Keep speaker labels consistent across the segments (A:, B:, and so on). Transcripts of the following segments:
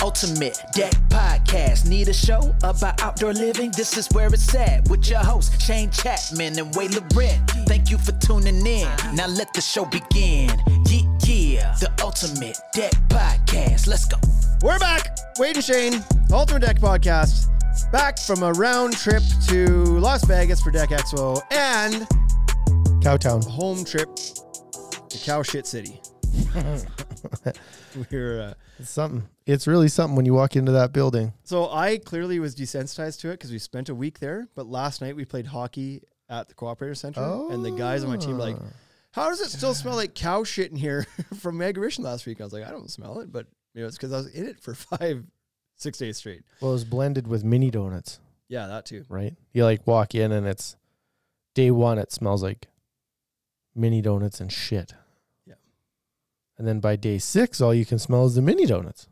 A: Ultimate Deck Podcast. Need a show about outdoor living? This is where it's at with your hosts, Shane Chapman and Way Laurent. Thank you for tuning in. Now let the show begin. Yeah, yeah. The Ultimate Deck Podcast. Let's go.
B: We're back. Wade and Shane, Ultimate Deck Podcast, back from a round trip to Las Vegas for Deck Expo and a
C: Cowtown.
B: home trip to Cow Shit City. We're uh,
C: It's something. It's really something when you walk into that building.
B: so I clearly was desensitized to it because we spent a week there. But last night we played hockey at the Cooperator Center, and the guys on my team were like, "How does it still smell like cow shit in here from Aggravation last week?" I was like, "I don't smell it," but you know, it's because I was in it for five, six days straight.
C: Well, it's blended with mini donuts,
B: Yeah, that too.
C: right? You like walk in and it's day one, it smells like mini donuts and shit.
B: Yeah.
C: And then by day six, all you can smell is the mini donuts.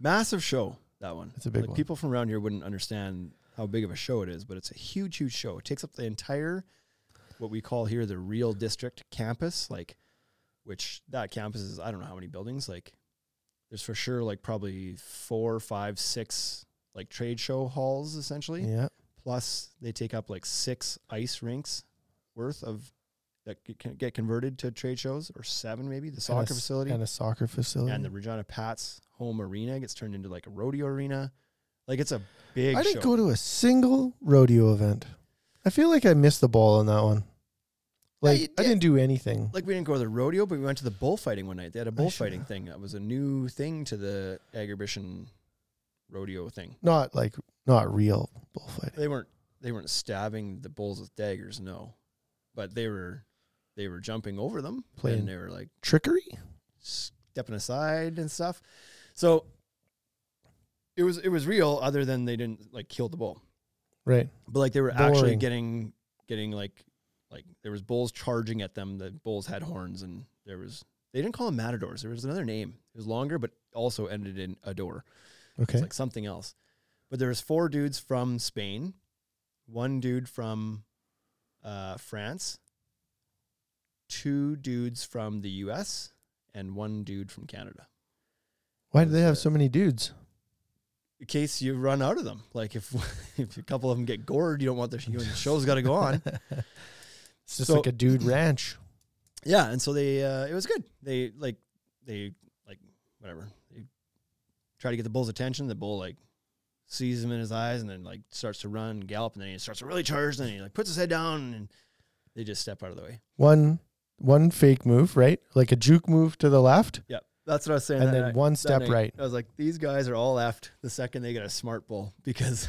B: Massive show that one.
C: It's a big
B: like
C: one.
B: People from around here wouldn't understand how big of a show it is, but it's a huge, huge show. It takes up the entire what we call here the real district campus, like which that campus is I don't know how many buildings. Like there's for sure like probably four, five, six like trade show halls essentially.
C: Yeah.
B: Plus they take up like six ice rinks worth of that c- can get converted to trade shows or seven maybe the soccer
C: And a s-
B: facility
C: And a soccer facility.
B: and the Regina Pats home arena gets turned into like a rodeo arena. Like it's a big
C: I didn't
B: show.
C: go to a single rodeo event. I feel like I missed the ball on that one.
B: Yeah,
C: Like
B: you
C: I
B: did.
C: didn't do anything.
B: like we didn't go to the rodeo, but we went to the bullfighting one night. They had a bullfighting thing. That was a new thing to the Agribition rodeo thing.
C: Not like not real bullfighting.
B: They weren't they weren't stabbing the bulls with daggers, no. But they were they were jumping over them
C: Playing.
B: and they were like
C: Trickery?
B: stepping aside and stuff. So it was it was real other than they didn't like kill the bull.
C: Right.
B: But like they were actually
C: Boring.
B: getting getting like like there was bulls charging at them. The bulls had horns and there was they didn't call them matadors. There was another name. It was longer, but also ended in ador.
C: Okay.
B: It's like something else. But there was four dudes from Spain, one dude from uh, France, two dudes from the U.S., and one dude from Canada.
C: Why do
B: was
C: they have
B: the-
C: so many dudes?
B: in case you run out of them. Like if if a couple of them get gored, you don't want the, you know, the show's got to go on.
C: It's just
B: So-
C: like a dude ranch.
B: Yeah, and so they uh, it was good. They like they like whatever. They try to get the bull's attention. The bull like sees him in his eyes and then like starts to run and gallop and then he starts to really charge and then he like puts his head down and they just step out of the way.
C: One one fake move, right? Like a juke move to the left.
B: Yeah. That's what I was saying.
C: And
B: that
C: then
B: night-
C: one
B: that
C: step
B: night.
C: right.
B: I was like, these guys are all left the second they get a smart bull because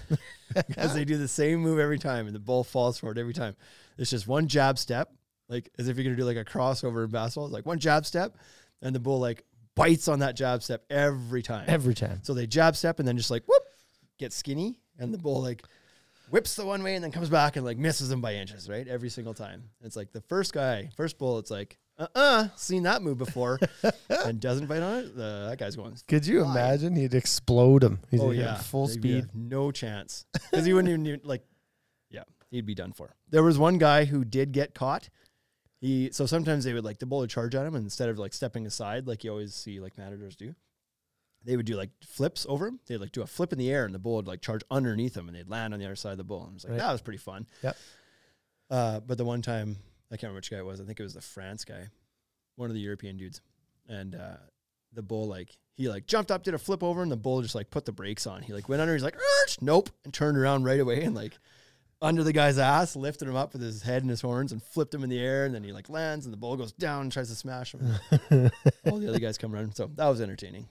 B: because they do the same move every time and the bull falls forward every time. It's just one jab step, like as if you're gonna do like a crossover in basketball. It's like one jab step, and the bull like bites on that jab step every time.
C: Every time.
B: so they jab step and then just like whoop, get skinny, and the bull like whips the one way and then comes back and like misses him by inches, right? Every single time. It's like the first guy, first bull, it's like, uh uh seen that move before and doesn't bite on it. Uh, that guy's going,
C: Could you
B: Why?
C: imagine? He'd explode him. He's
B: oh
C: like at
B: yeah,
C: full
B: They'd be
C: speed.
B: a no chance. Because he wouldn't even, even, like, yeah, he'd be done for. There was one guy who did get caught. He, so sometimes they would like the bull would charge at him and instead of like stepping aside, like you always see like matadors do. They would do like flips over him. They'd like do a flip in the air and the bull would like charge underneath him and they'd land on the other side of the bull. And it was like,
C: Right.
B: that was pretty fun.
C: Yep.
B: Uh, but the one time, I can't remember which guy it was. I think it was the France guy, one of the European dudes. And uh, the bull, like, he like jumped up, did a flip over, and the bull just like put the brakes on. He like went under, he's like, "Arch!" nope, and turned around right away and like under the guy's ass, lifted him up with his head and his horns and flipped him in the air. And then he like lands, and the bull goes down and tries to smash him. All the other guys come running. So that was entertaining.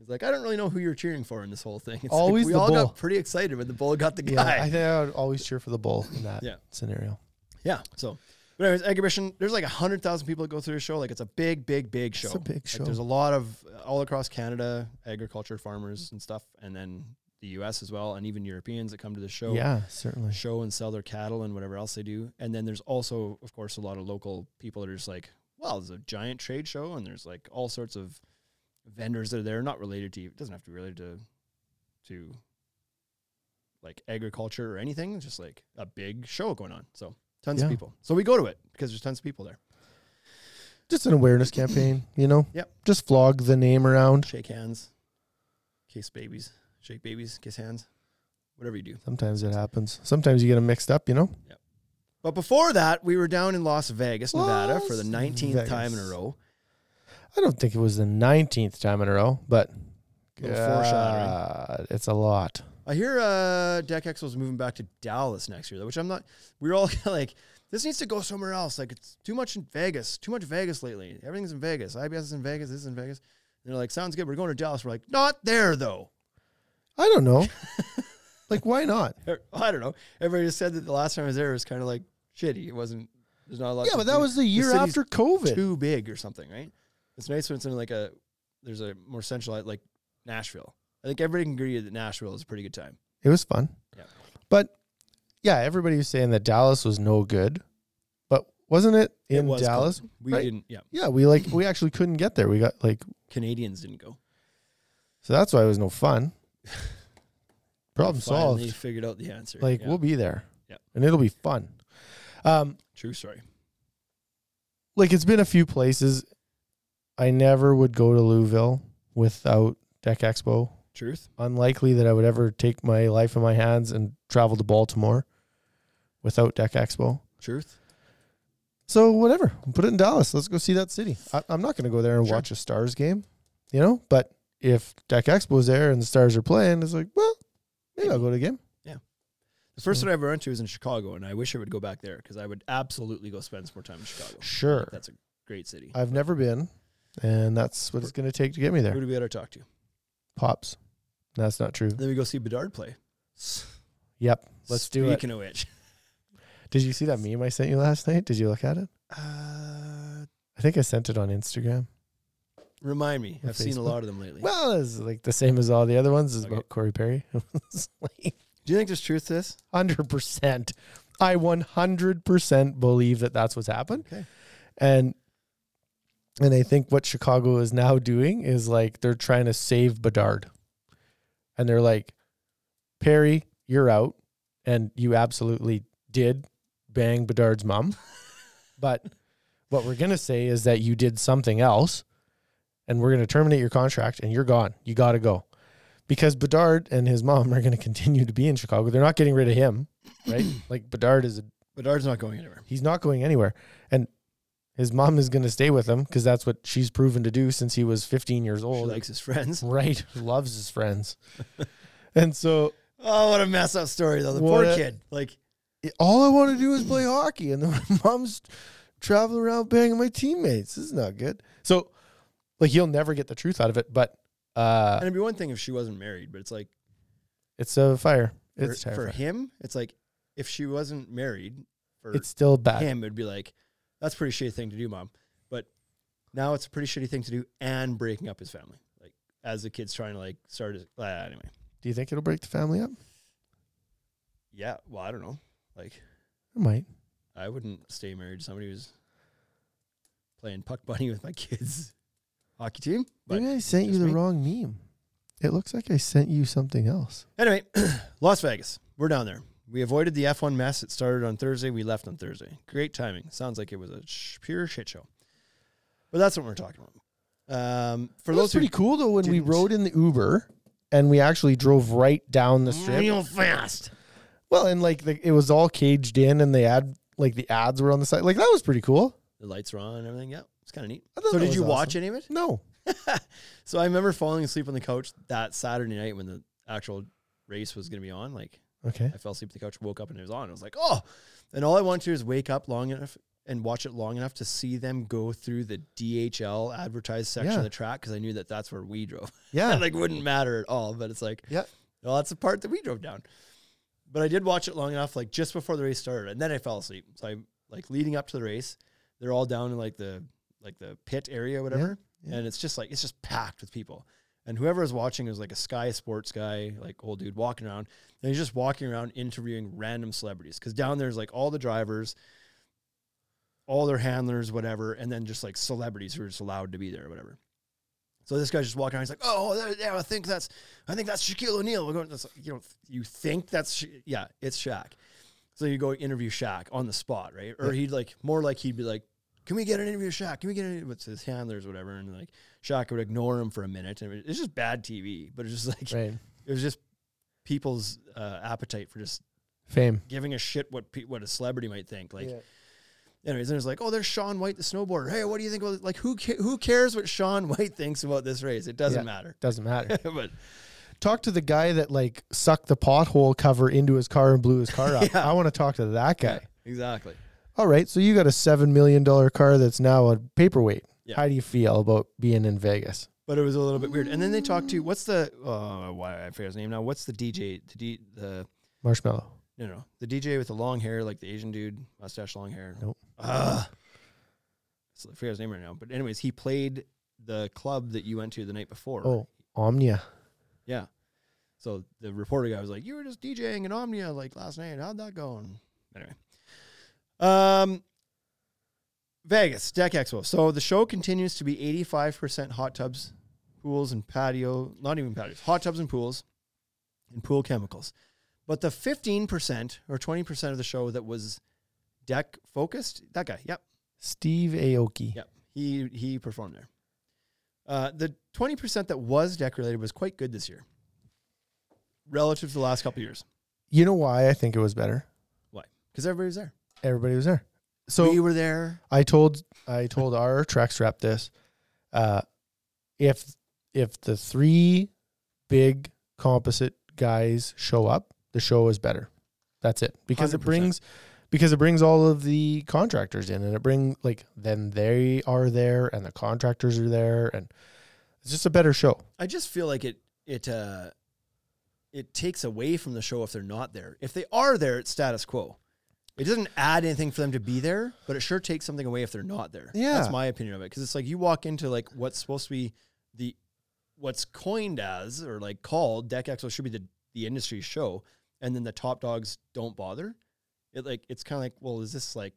B: It's like, I don't really know who you're cheering for in this whole thing. It's like,
C: Always
B: we
C: the
B: all
C: bull.
B: got pretty excited when the bull got the
C: yeah.
B: guy.
C: I think I would always cheer for the bull in that
B: Yeah.
C: scenario.
B: Yeah. So, but anyways, exhibition. There's like a hundred thousand people that go through the show. Like it's a big, big, big show.
C: a big
B: Like,
C: show.
B: there's a lot of uh, all across Canada, agriculture, farmers and stuff, and then the U.S. as well, and even Europeans that come to the show.
C: Yeah, certainly.
B: Show and sell their cattle and whatever else they do. And then there's also, of course, a lot of local people that are just like, well, there's a giant trade show and there's like all sorts of vendors that are there, not related to, it doesn't have to be related to, to like agriculture or anything. It's just like a big show going on. So tons of
C: Yeah.
B: people. So we go to it because there's tons of people there.
C: Just an awareness campaign, you know?
B: Yep.
C: Just flog the name around.
B: Shake hands, kiss babies, shake babies, kiss hands, whatever you do.
C: Sometimes it happens. Sometimes you get them mixed up, you know?
B: But before that, we were down in Las Vegas, Nevada for the
C: Las
B: 19th time in a
C: Vegas.
B: row.
C: I don't think it was the 19th time in a row, but
B: Little foreshadowing.
C: God, it's a lot.
B: I hear uh, Deck Expo's moving back to Dallas next year, though, which I'm not. We're all like, this needs to go somewhere else. Like, it's too much in Vegas, too much Vegas lately. Everything's in Vegas. IBS is in Vegas, this is in Vegas. And they're like, sounds good. We're going to Dallas. We're like, not there, though.
C: I don't know. like, why not?
B: Er, I don't know. Everybody just said that the last time I was there it was kind of like shitty. It wasn't. There's not a lot.
C: Yeah,
B: to
C: but that
B: do.
C: was the year
B: city's
C: after COVID.
B: Too big or something, right? It's nice when it's in like a. There's a more centralized like Nashville. I think everybody can agree that Nashville is a pretty good time.
C: It was fun.
B: Yeah.
C: But yeah, everybody was saying that Dallas was no good. But wasn't it
B: It
C: in
B: was cold.
C: Dallas?
B: we
C: right?
B: didn't. Yeah,
C: Yeah, we like we actually couldn't get there. We got like
B: Canadians didn't go.
C: so that's why it was no fun. Problem
B: Finally
C: solved.
B: figured out the answer.
C: Like
B: Yeah.
C: we'll be there.
B: Yeah.
C: And it'll be fun. Um
B: true story.
C: like it's been a few places. I never would go to Louisville without Deck Expo.
B: Truth.
C: Unlikely that I would ever take my life in my hands and travel to Baltimore without Deck Expo.
B: Truth.
C: So whatever, put it in Dallas. Let's go see that city. I, I'm not going to go there and
B: Sure.
C: watch a Stars game, you know. But if Deck Expo's there and the Stars are playing, it's like, well, maybe I'll go to the game.
B: The first one I ever went to was in Chicago, and I wish I would go back there because I would absolutely go spend some more time in Chicago.
C: Sure,
B: That's a great city.
C: I've never been, and that's what it's going to take to get me
B: Who
C: there.
B: do we got to talk to?
C: Pops, that's not true.
B: Then we go see Bedard play.
C: Yep, let's do it.
B: Speaking of which,
C: Did you see that meme I sent you last night? Did you look at it?
B: uh,
C: I think I sent it on Instagram.
B: remind me.
C: Or
B: I've seen a
C: Facebook.
B: lot of them lately.
C: Well, it's like the same as all the other ones. It's
B: Okay.
C: about Corey Perry. It's like
B: do you think there's truth to this?
C: 100%. I 100% believe that that's what's happened.
B: Okay.
C: And and I think what Chicago is now doing is like they're trying to save Bedard. And they're like, Perry, you're out. And you absolutely did bang Bedard's mom. but what we're gonna say is that you did something else and we're gonna terminate your contract and you're gone. You gotta go. Because Bedard and his mom are gonna continue to be in Chicago. They're not getting rid of him, right? like Bedard is a
B: Bedard's not going anywhere.
C: He's not going anywhere. And his mom is going to stay with him because that's what she's proven to do since he was 15 years
B: She
C: old.
B: likes his friends.
C: right. Loves his friends. and so
B: Oh, what a mess up story though. The
C: What
B: poor
C: a-
B: kid. Like
C: it- all I want to do is play hockey. And then my mom's traveling around banging my teammates. This is not good. So, like, he'll never get the truth out of it. But uh,
B: and it'd be one thing if she wasn't married, but it's like
C: it's a fire.
B: for,
C: It's
B: for
C: terrifying.
B: him, it's like if she wasn't married for
C: It's still bad.
B: him, it'd be like, That's a pretty shitty thing to do, mom. But now it's a pretty shitty thing to do and breaking up his family. Like as the kid's trying to like start his uh, anyway.
C: Do you think it'll break the family up?
B: Yeah, well, I don't know. Like
C: It might.
B: I wouldn't stay married to somebody who's playing puck bunny with my kids hockey team. But
C: Maybe I sent you
B: just
C: the
B: me.
C: wrong meme. It looks like I sent you something else.
B: anyway, Las Vegas. We're down there. We avoided the F1 mess. It started on Thursday. We left on Thursday. Great timing. Sounds like it was a sh- pure shit show. But that's what we're talking about. Um, for
C: It was
B: those who
C: pretty cool though when we
B: didn't-
C: rode in the Uber and we actually drove right down the strip.
B: real fast,
C: Well, and like the, it was all caged in, and the ad like the ads were on the side. Like that was pretty cool.
B: the lights were on and everything. Yeah, it's kind of neat.
C: I thought
B: So
C: that
B: did
C: was
B: you watch
C: awesome.
B: any of it?
C: No,
B: So I remember falling asleep on the couch that Saturday night when the actual race was going to be on. Like
C: okay,
B: I fell asleep at the couch, woke up, and it was on. I was like, oh. And all I wanted to do is wake up long enough and watch it long enough to see them go through the DHL advertised section
C: Yeah.
B: of the track because I knew that that's where we drove.
C: yeah,
B: like, wouldn't matter at all. But it's like,
C: Yeah.
B: well, that's the part that we drove down. But I did watch it long enough, like just before the race started, and then I fell asleep. So I like leading up to the race, they're all down in like the like the pit area, whatever,
C: yeah.
B: and it's just like it's just packed with people. And whoever was watching was like a Sky Sports guy, like old dude walking around, and he's just walking around interviewing random celebrities because down there's like all the drivers, all their handlers, whatever, and then just like celebrities who are just allowed to be there, whatever. So this guy's just walking around. He's like, "Oh, that- yeah, I think that's, I think that's Shaquille O'Neal." We're going, that's, you know, you think that's, Sha- yeah, it's Shaq. So you go interview Shaq on the spot, right? Or he'd like more like he'd be like, "Can we get an interview with Shaq? Can we get an interview with his handlers, whatever?" And like Shaka would ignore him for a minute. And it was just bad TV, but it was just like
C: Right.
B: it was just people's uh, appetite for just
C: Fame.
B: giving a shit what pe- what a celebrity might think. Like, anyways, and it's like, oh, there's Sean White, the snowboarder. Hey, what do you think about like who ca- who cares what Sean White thinks about this race? It doesn't
C: Yeah.
B: matter.
C: Doesn't matter.
B: but
C: talk to the guy that like sucked the pothole cover into his car and blew his car up. I want to talk to that guy.
B: exactly.
C: All right, so you got a seven million dollar car that's now a paperweight.
B: Yeah.
C: How do you feel about being in Vegas?
B: But it was a little bit weird. And then they talked to what's the oh why I forget his name now. What's the DJ the D, the
C: Marshmallow.
B: no no the DJ with the long hair like the Asian dude mustache long hair.
C: Nope.
B: Ah. So I forget his name right now. But anyways, he played the club that you went to the night before.
C: Oh, Omnia.
B: Yeah. So the reporter guy was like, "You were just DJing in Omnia like last night. How'd that go?" And anyway, um, Vegas Deck Expo. So the show continues to be eighty-five percent hot tubs, pools, and patio. Not even patios. Hot tubs and pools, and pool chemicals. But the fifteen percent or twenty percent of the show that was deck focused, that guy, yep,
C: Steve Aoki.
B: Yep. He he performed there. Uh, the twenty percent that was deck related was quite good this year, relative to the last couple of years.
C: You know why I think it was better?
B: Why? Because everybody was there.
C: Everybody was there. So
B: we were there.
C: I told I told our Trex rep this. Uh, if if the three big composite guys show up, the show is better. That's it because it
B: 100%.
C: brings because it brings all of the contractors in, and it bring like then they are there, and the contractors are there, and it's just a better show.
B: I just feel like it it uh, it takes away from the show if they're not there. If they are there, it's status quo. It doesn't add anything for them to be there, but it sure takes something away if they're not there.
C: Yeah.
B: that's my opinion of it. Because it's like you walk into like what's supposed to be the what's coined as or like called Deck Expo should be the the industry show, and then the top dogs don't bother. It like it's kind of like well, is this like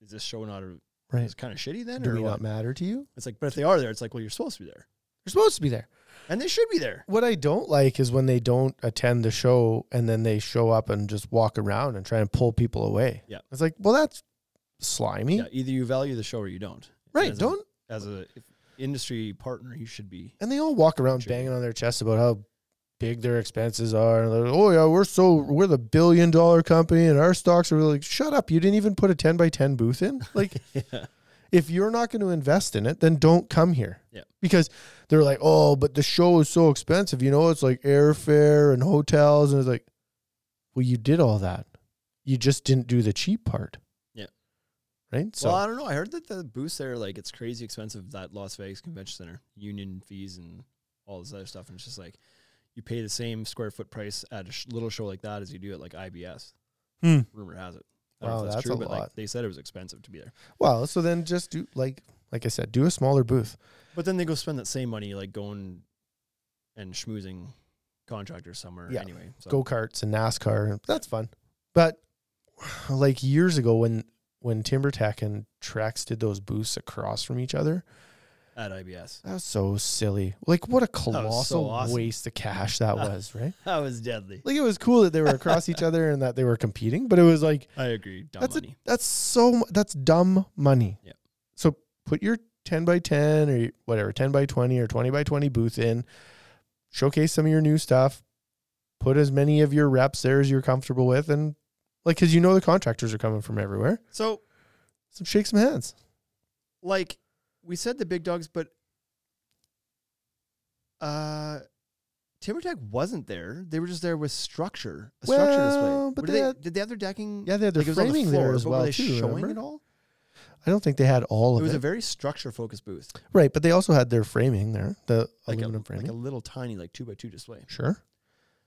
B: is this show not a,
C: Right?
B: is kind of shitty then
C: Do
B: or
C: we
B: what?
C: not matter to you?
B: It's like but if they are there, it's like well, you're supposed to be there,
C: You're supposed to be there.
B: and they should be there.
C: What I don't like is when they don't attend the show and then they show up and just walk around and try and pull people away.
B: Yeah.
C: It's like, well, that's slimy.
B: Yeah, either you value the show or you don't.
C: right.
B: As a-
C: Don't.
B: as a if- industry partner, you should be.
C: and they all walk around
B: Sure.
C: banging on their chests about how big their expenses are. And they're like, oh, yeah, we're so, we're the billion dollar company and our stocks are really, shut up. You didn't even put a 10 by 10 booth in. Like,
B: Yeah.
C: if you're not going to invest in it, then don't come here.
B: Yeah.
C: Because they're like, oh, but the show is so expensive. You know, it's like airfare and hotels. And it's like, well, you did all that. You just didn't do the cheap part.
B: Yeah.
C: Right. So
B: well, I don't know. I heard that the booths there, like, it's crazy expensive. That Las Vegas Convention Center union fees and all this other stuff, and it's just like you pay the same square foot price at a sh- little show like that as you do at like IBS.
C: Hmm.
B: Rumor has it. I don't know
C: Wow,
B: if
C: that's a
B: but like
C: lot.
B: they said it was expensive to be there.
C: well, so then just do like, like I said, do a smaller booth.
B: But then they go spend that same money like going and schmoozing contractors somewhere
C: Yeah.
B: anyway. So
C: go karts and NASCAR. That's fun. But like years ago when when TimberTech and Trex did those booths across from each other,
B: at IBS.
C: that was so silly. Like what a
B: was so
C: colossal
B: awesome.
C: waste of cash that was, right?
B: That was deadly.
C: Like it was cool that they were across each other and that they were competing, but it was like
B: I agree. Dumb
C: that's
B: money.
C: A, that's so mu- that's dumb money.
B: Yep.
C: So put your 10 by 10 or your- whatever, 10 by 20 or 20 by 20 booth in, showcase some of your new stuff, put as many of your reps there as you're comfortable with and like cuz you know the contractors are coming from everywhere.
B: so
C: So shake some hands.
B: like we said the big dogs, but uh TimberTech wasn't there. They were just there with structure, a structure
C: Well,
B: display.
C: but
B: But
C: they
B: did,
C: had-
B: they, did they have their decking?
C: Yeah, they had their
B: like, it was on the
C: framing there
B: floor,
C: as
B: but
C: well
B: Were they
C: too,
B: showing
C: remember?
B: it all?
C: I don't think they had all
B: It
C: of
B: was
C: it.
B: a very structure focused booth,
C: right, but they also had their framing there, the
B: like a,
C: aluminum
B: like
C: framing.
B: a little tiny like two by two display.
C: sure.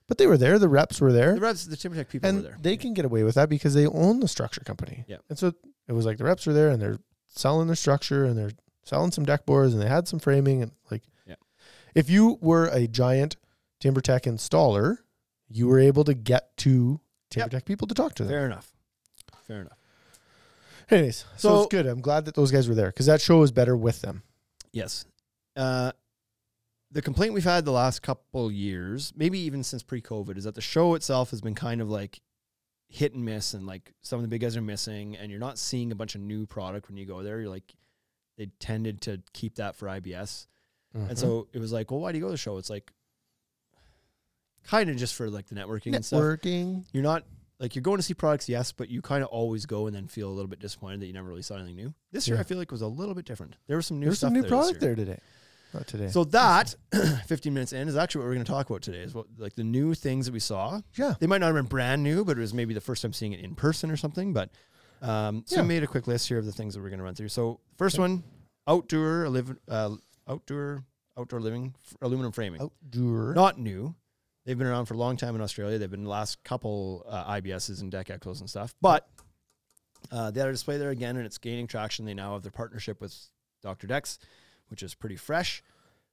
C: But they were there, the reps were there.
B: The reps, the TimberTech people were
C: and
B: there.
C: they can get away with that because they own the structure company.
B: Yeah.
C: And so it was like the reps are there and they're selling the structure and they're selling some deck boards and they had some framing and like
B: Yeah.
C: if you were a giant timber tech installer, you were able to get to timber
B: Yep.
C: tech people to talk to them.
B: Fair enough. Fair enough.
C: Anyways, so,
B: So-
C: it's good. I'm glad that those guys were there because that show was better with them.
B: Yes. Uh, the complaint we've had the last couple years, maybe even since pre-COVID, is that the show itself has been kind of like hit and miss, and like some of the big guys are missing, and you're not seeing a bunch of new product when you go there. You're like, they tended to keep that for IBS, And so it was like, well, why do you go to the show? It's like kind of just for like the networking and stuff.
C: networking.
B: You're not like you're going to see products, yes, but you kind of always go and then feel a little bit disappointed that you never really saw anything new. This year,
C: Yeah.
B: I feel like was a little bit different. There was some new
C: There's
B: stuff
C: some new
B: there this
C: product
B: year.
C: there today. Not today.
B: So that 15 minutes in is actually what we're going to talk about today is what like the new things that we saw.
C: yeah.
B: They might not have been brand new, but it was maybe the first time seeing it in person or something. But um, so
C: Yeah.
B: we made a quick list here of the things that we're going to run through. So first one, outdoor live, uh, outdoor outdoor living f- aluminum framing,
C: Outdoor.
B: not new. They've been around for a long time in Australia. They've been the last couple uh, IBSs and deck expos and stuff. But uh, they had a display there again, and it's gaining traction. They now have their partnership with Dr. Dex, which is pretty fresh.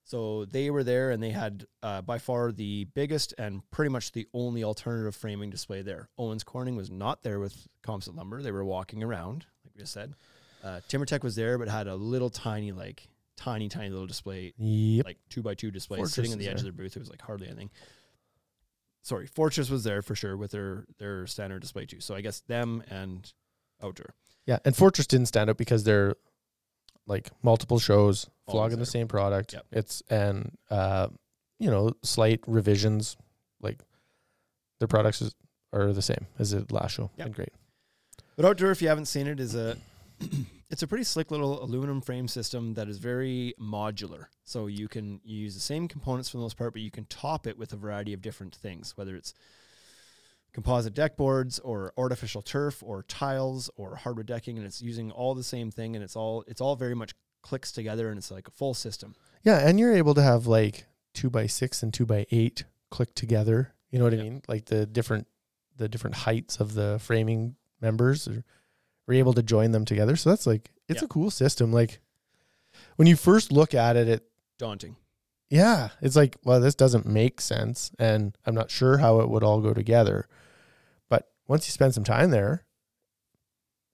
B: So they were there, and they had uh, by far the biggest and pretty much the only alternative framing display there. Owens Corning was not there with composite lumber. They were walking around, like we just said. Uh, TimberTech was there, but had a little tiny, like tiny, tiny little display
C: Yep.
B: like two by two displays
C: Fortress
B: sitting on
C: was
B: the edge of
C: there.
B: their booth. It was like hardly anything. Sorry, Fortress was there for sure with their their standard display too. So I guess them and Outdoor.
C: Yeah. And Fortress didn't stand out because they're like multiple shows
B: Always
C: flogging
B: there.
C: the same product.
B: Yep.
C: It's and uh, you know, slight revisions. Like their products is, are the same as the last show.
B: Yep.
C: And great.
B: But Outdoor, if you haven't seen it, is a it's a pretty slick little aluminum frame system that is very modular. So you can you use the same components for the most part, but you can top it with a variety of different things, whether it's composite deck boards or artificial turf or tiles or hardwood decking, and it's using all the same thing, and it's all it's all very much clicks together, and it's like a full system.
C: Yeah, and you're able to have like two by six and two by eight click together. You know what
B: Yeah.
C: I mean? Like the different the different heights of the framing members are, are able to join them together. So that's like it's
B: Yeah.
C: a cool system. Like when you first look at it, it
B: daunting.
C: yeah, it's like, well, this doesn't make sense. And I'm not sure how it would all go together. But once you spend some time there,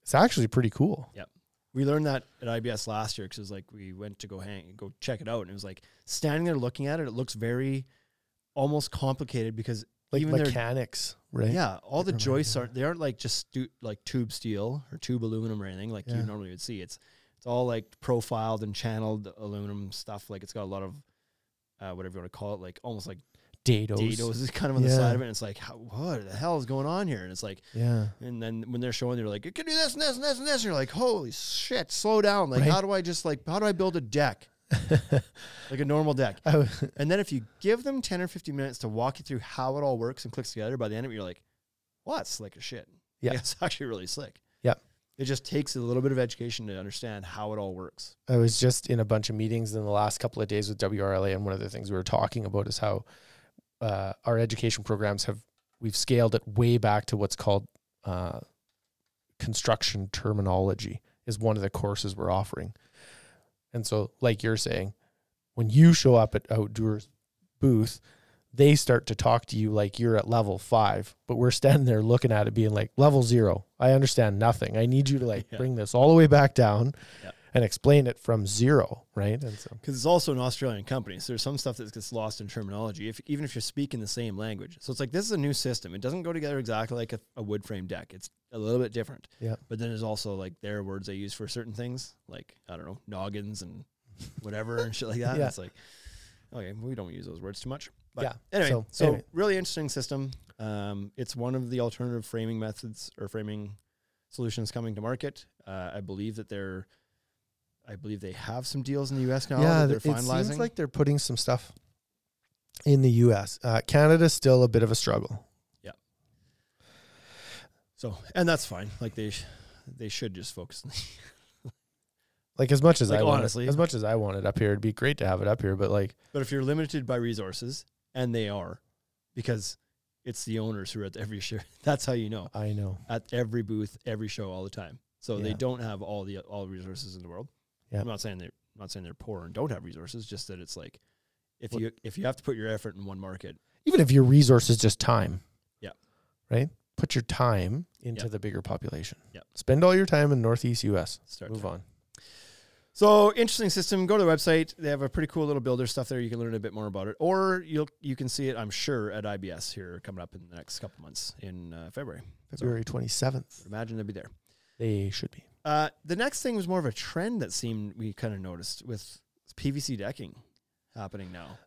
C: it's actually pretty cool.
B: We learned that at IBS last year because it was like we went to go hang, go check it out, and it was like standing there looking at it. It looks very almost complicated because
C: Like
B: Even their-
C: mechanics, right?
B: yeah, all the
C: Different
B: joists
C: material.
B: aren't they aren't like just stu- like tube steel or tube aluminum or anything like you
C: Yeah.
B: normally would see. It's it's all like profiled and channeled aluminum stuff. Like it's got a lot of uh, whatever you want to call it, like almost like
C: Dados.
B: dados is kind of on the
C: Yeah.
B: side of it. And it's like how, what the hell is going on here? And it's like
C: Yeah.
B: And then when they're showing, they're like, "It can do this and this and this and this." And you're like, "Holy shit! Slow down! Like,
C: Right.
B: how do I just like how do I build a deck, like a normal deck?"
C: I w-
B: And then if you give them ten or fifteen minutes to walk you through how it all works and clicks together, by the end of it, you're like, "Well, that's slick as shit."
C: Yeah.
B: Like, it's actually really slick.
C: Yeah.
B: it just takes a little bit of education to understand how it all works.
C: I was just in a bunch of meetings in the last couple of days with WRLA, and one of the things we were talking about is how uh, our education programs have we've scaled it way back to what's called uh, construction terminology is one of the courses we're offering, and so like you're saying, when you show up at Outdoors booth, they start to talk to you like you're at level five, but we're standing there looking at it, being like level zero. I understand nothing. I need you to like
B: Yeah.
C: bring this all the way back down
B: Yeah.
C: and explain it from zero, right? And so
B: because it's also an Australian company. So there's some stuff that gets lost in terminology, if, even if you're speaking the same language. So it's like this is a new system. It doesn't go together exactly like a, a wood frame deck. It's a little bit different.
C: Yeah.
B: But then there's also like their words they use for certain things, like I don't know, noggins and whatever and shit like that.
C: Yeah.
B: It's like okay, we don't use those words too much. But
C: Yeah.
B: Anyway, so,
C: So, anyway.
B: really interesting system. Um, it's one of the alternative framing methods or framing solutions coming to market. Uh, I believe that they're. I believe they have some deals in the U.S. now. that
C: yeah,
B: they're
C: it
B: finalizing.
C: seems like they're putting some stuff in the U.S. Uh, Canada's still a bit of a struggle.
B: So, and that's fine. Like they, sh- they should just focus. On
C: Like as much as
B: Like,
C: I want
B: honestly.
C: it, as much as I want it up here, it'd be great to have it up here. But like,
B: but if you're limited by resources, and they are, because it's the owners who are at every share. That's how you know
C: I know,
B: at every booth, every show, all the time. So they
C: Yeah.
B: don't have all the all the resources in the world.
C: Yeah.
B: I'm not saying they are not saying they're poor and don't have resources. Just that it's like if
C: Well-
B: you if you have to put your effort in one market,
C: even if your resource is just time.
B: Yeah.
C: Right. Put your time into
B: Yeah.
C: the bigger population.
B: Yeah.
C: Spend all your time in Northeast U.S.
B: start
C: Move
B: there.
C: on.
B: So interesting system. Go to the website. They have a pretty cool little builder stuff there. You can learn a bit more about it, or you'll you can see it. I'm sure at IBS here coming up in the next couple months in uh, February. So-
C: February twenty seventh.
B: Imagine they'd be there.
C: They should be.
B: Uh, the next thing was more of a trend that seemed we kind of noticed with PVC decking. happening now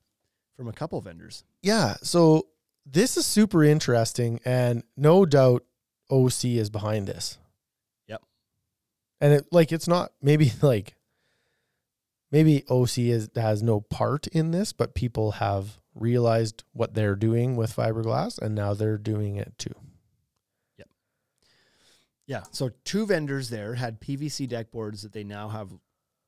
B: from a couple vendors.
C: Yeah. So this is super interesting, and no doubt OC is behind this.
B: Yep.
C: And it like it's not maybe like maybe OC is, has no part in this, but people have realized what they're doing with fiberglass, and now they're doing it too.
B: Yeah. So two vendors there had PVC deck boards that they now have.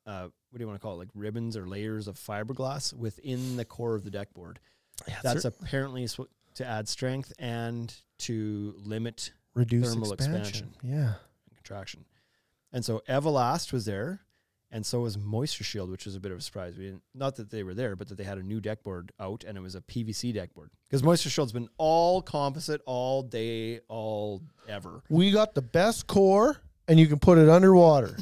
B: Uh, what do you want to call it? Like ribbons or layers of fiberglass within the core of the deck board. That's
C: a
B: apparently sw- to add strength and to limit
C: reduced
B: thermal
C: expansion. Yeah.
B: contraction. And so Everlast was there, and so was Moisture Shield, which was a bit of a surprise. We didn't, not that they were there, but that they had a new deck board out, and it was a PVC deck board because Moisture Shield's been all composite all day, all ever.
C: We got the best core, and you can put it underwater.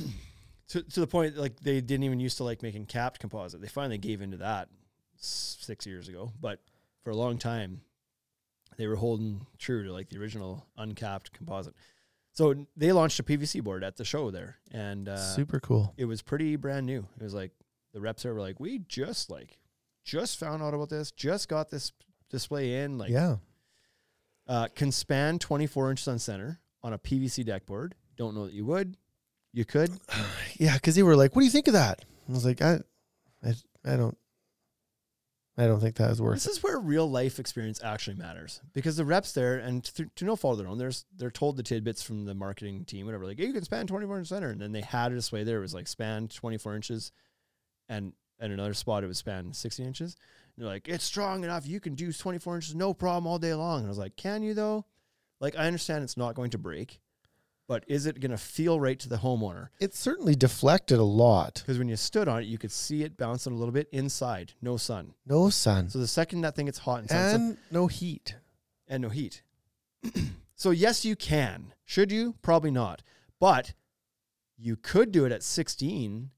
B: to, to the point like they didn't even used to like making capped composite. They finally gave into that s- six years ago, but for a long time they were holding true to like the original uncapped composite. So they launched a PVC board at the show there, and uh,
C: super cool.
B: it was pretty brand new. It was like the reps there were like, "We just like just found out about this, just got this display in, like
C: yeah.
B: uh, can span 24 inches on center on a PVC deck board. Don't know that you would, you could,
C: Yeah, because they were like, "What do you think of that?" I was like, "I, I, I don't, I don't think that was worth
B: This is where real life experience actually matters because the reps there and th- to no fault of their own, there's they're told the tidbits from the marketing team, whatever, like "Hey, you can span 24 inch center, and then they had a display there it was like span 24 inches, and and another spot it was span 16 inches. And they're like, it's strong enough, you can do 24 inches no problem all day long. And I was like, can you though? Like I understand it's not going to break, but is it going to feel right to the homeowner?
C: it." It certainly deflected a lot.
B: Because when you stood on it, you could see it bouncing a little bit inside, no sun.
C: No sun
B: So the second that thing gets hot and sun,
C: and no heat.
B: and no heat. so yes, you can. Should you? Probably not. But you could do it at 16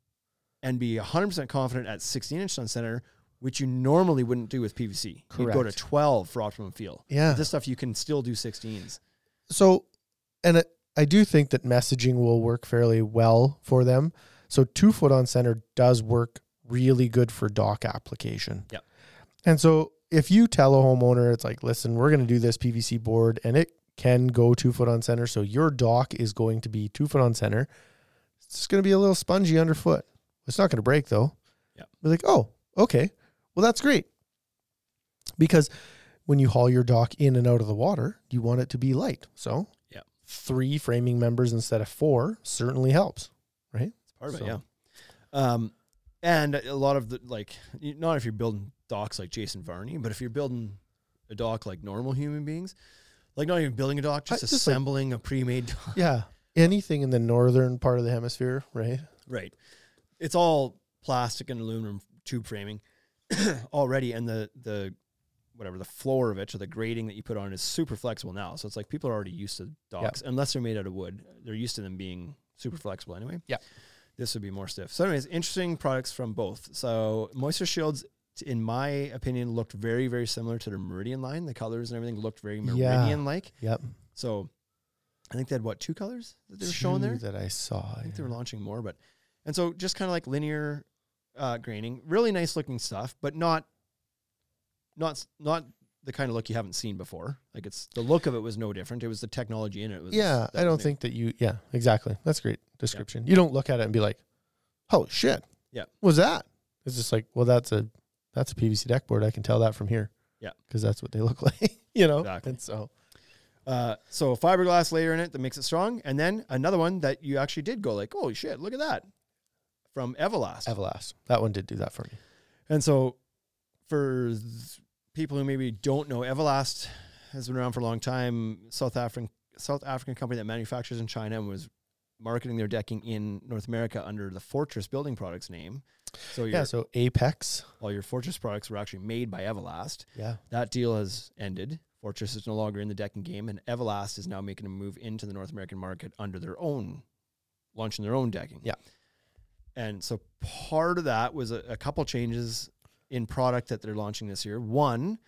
B: and be 100% confident at 16 inch sun center, which you normally wouldn't do with PVC. You'd go to
C: Correct.
B: 12 for optimum feel.
C: Yeah.
B: With This stuff you can still do 16s.
C: So, and it, I do think that messaging will work fairly well for them. So two foot on center does work really good for dock application.
B: Yep.
C: And so if you tell a homeowner, it's like, listen, we're going to do this PVC board and it can go two foot on center. So your dock is going to be two foot on center. It's just going to be a little spongy underfoot. It's not going to break though.
B: Yep.
C: We're like, oh, okay. Well, that's great. Because when you haul your dock in and out of the water, you want it to be light. So
B: Yeah.
C: three framing members instead of four certainly helps.
B: Part of it, yeah.
C: So-
B: Um, and a lot of the like, you- not if you're building docks like Jason Varney, but if you're building a dock like normal human beings, like not even building a dock, just
C: just, like-
B: assembling a pre-made dock.
C: Yeah. Anything in the northern part of the hemisphere, right?
B: Right. It's all plastic and aluminum tube framing already, and the the whatever the floor of it or the grading that you put on is super flexible now. So it's like people are already used to docks, unless they're made out of wood. They're used to them being super flexible anyway.
C: Yeah.
B: This would be more stiff. So, anyways, interesting products from both. So moisture shields. t- In my opinion, looked very, very similar to the Meridian line. The colors and everything looked very
C: Yeah.
B: Meridian-like.
C: Yep.
B: So, I think they had what two colors that they were showing
C: Two
B: there?
C: that I saw.
B: I think they were launching more, but and so just kind of like linear uh, graining, really nice looking stuff, but not not s- not the kind of look you haven't seen before. Like it's the look of it was no different. It was the technology in it. was
C: yeah.
B: that was
C: I don't
B: new.
C: think that you, yeah, exactly. That's a great description. You don't look at it and be like, holy shit.
B: Yeah.
C: What's that? It's just like, well, that's a, that's a PVC deck board. I can tell that from here.
B: Yeah.
C: Because that's what they look like, you know?
B: Exactly.
C: And so,
B: Uh, so a fiberglass layer in it that makes it strong, and then another one that you actually did go like, holy shit, look at that from Everlast.
C: Everlast. That one did do that for me.
B: And so, for th- people who maybe don't know, Everlast has been around for a long time. South African South African company that manufactures in China and was marketing their decking in North America under the Fortress Building Products name. So, your,
C: Yeah. So Apex.
B: all your Fortress products were actually made by Everlast.
C: Yeah.
B: That deal has ended. Fortress is no longer in the decking game, and Everlast is now making a move into the North American market under their own, launching their own decking.
C: Yeah.
B: And so part of that was a, a couple changes in product that they're launching this year. One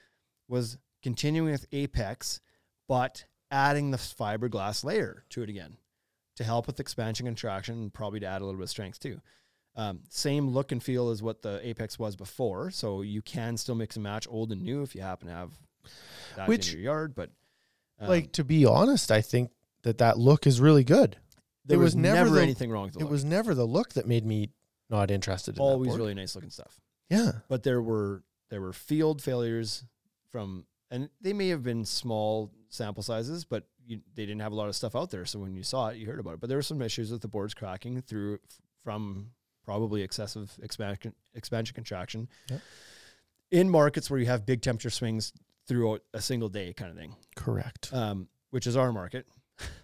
B: was continuing with Apex, but adding the fiberglass layer to it again to help with expansion, contraction, and probably to add a little bit of strength too. Um, same look and feel as what the Apex was before, so you can still mix and match old and new if you happen to have that
C: Which-
B: in your yard. But um,
C: like to be honest, I think that that look is really good.
B: there
C: it
B: was,
C: was never
B: never
C: the-
B: anything wrong with the
C: It
B: look.
C: was never the look that made me not interested. In that
B: always
C: board.
B: really nice looking stuff.
C: yeah.
B: but there were there were field failures from and they may have been small sample sizes but you, they didn't have a lot of stuff out there so when you saw it you heard about it but there were some issues with the boards cracking through f- from probably excessive expansion expansion contraction
C: Yep.
B: in markets where you have big temperature swings throughout a single day kind of thing
C: Correct.
B: um, which is our market.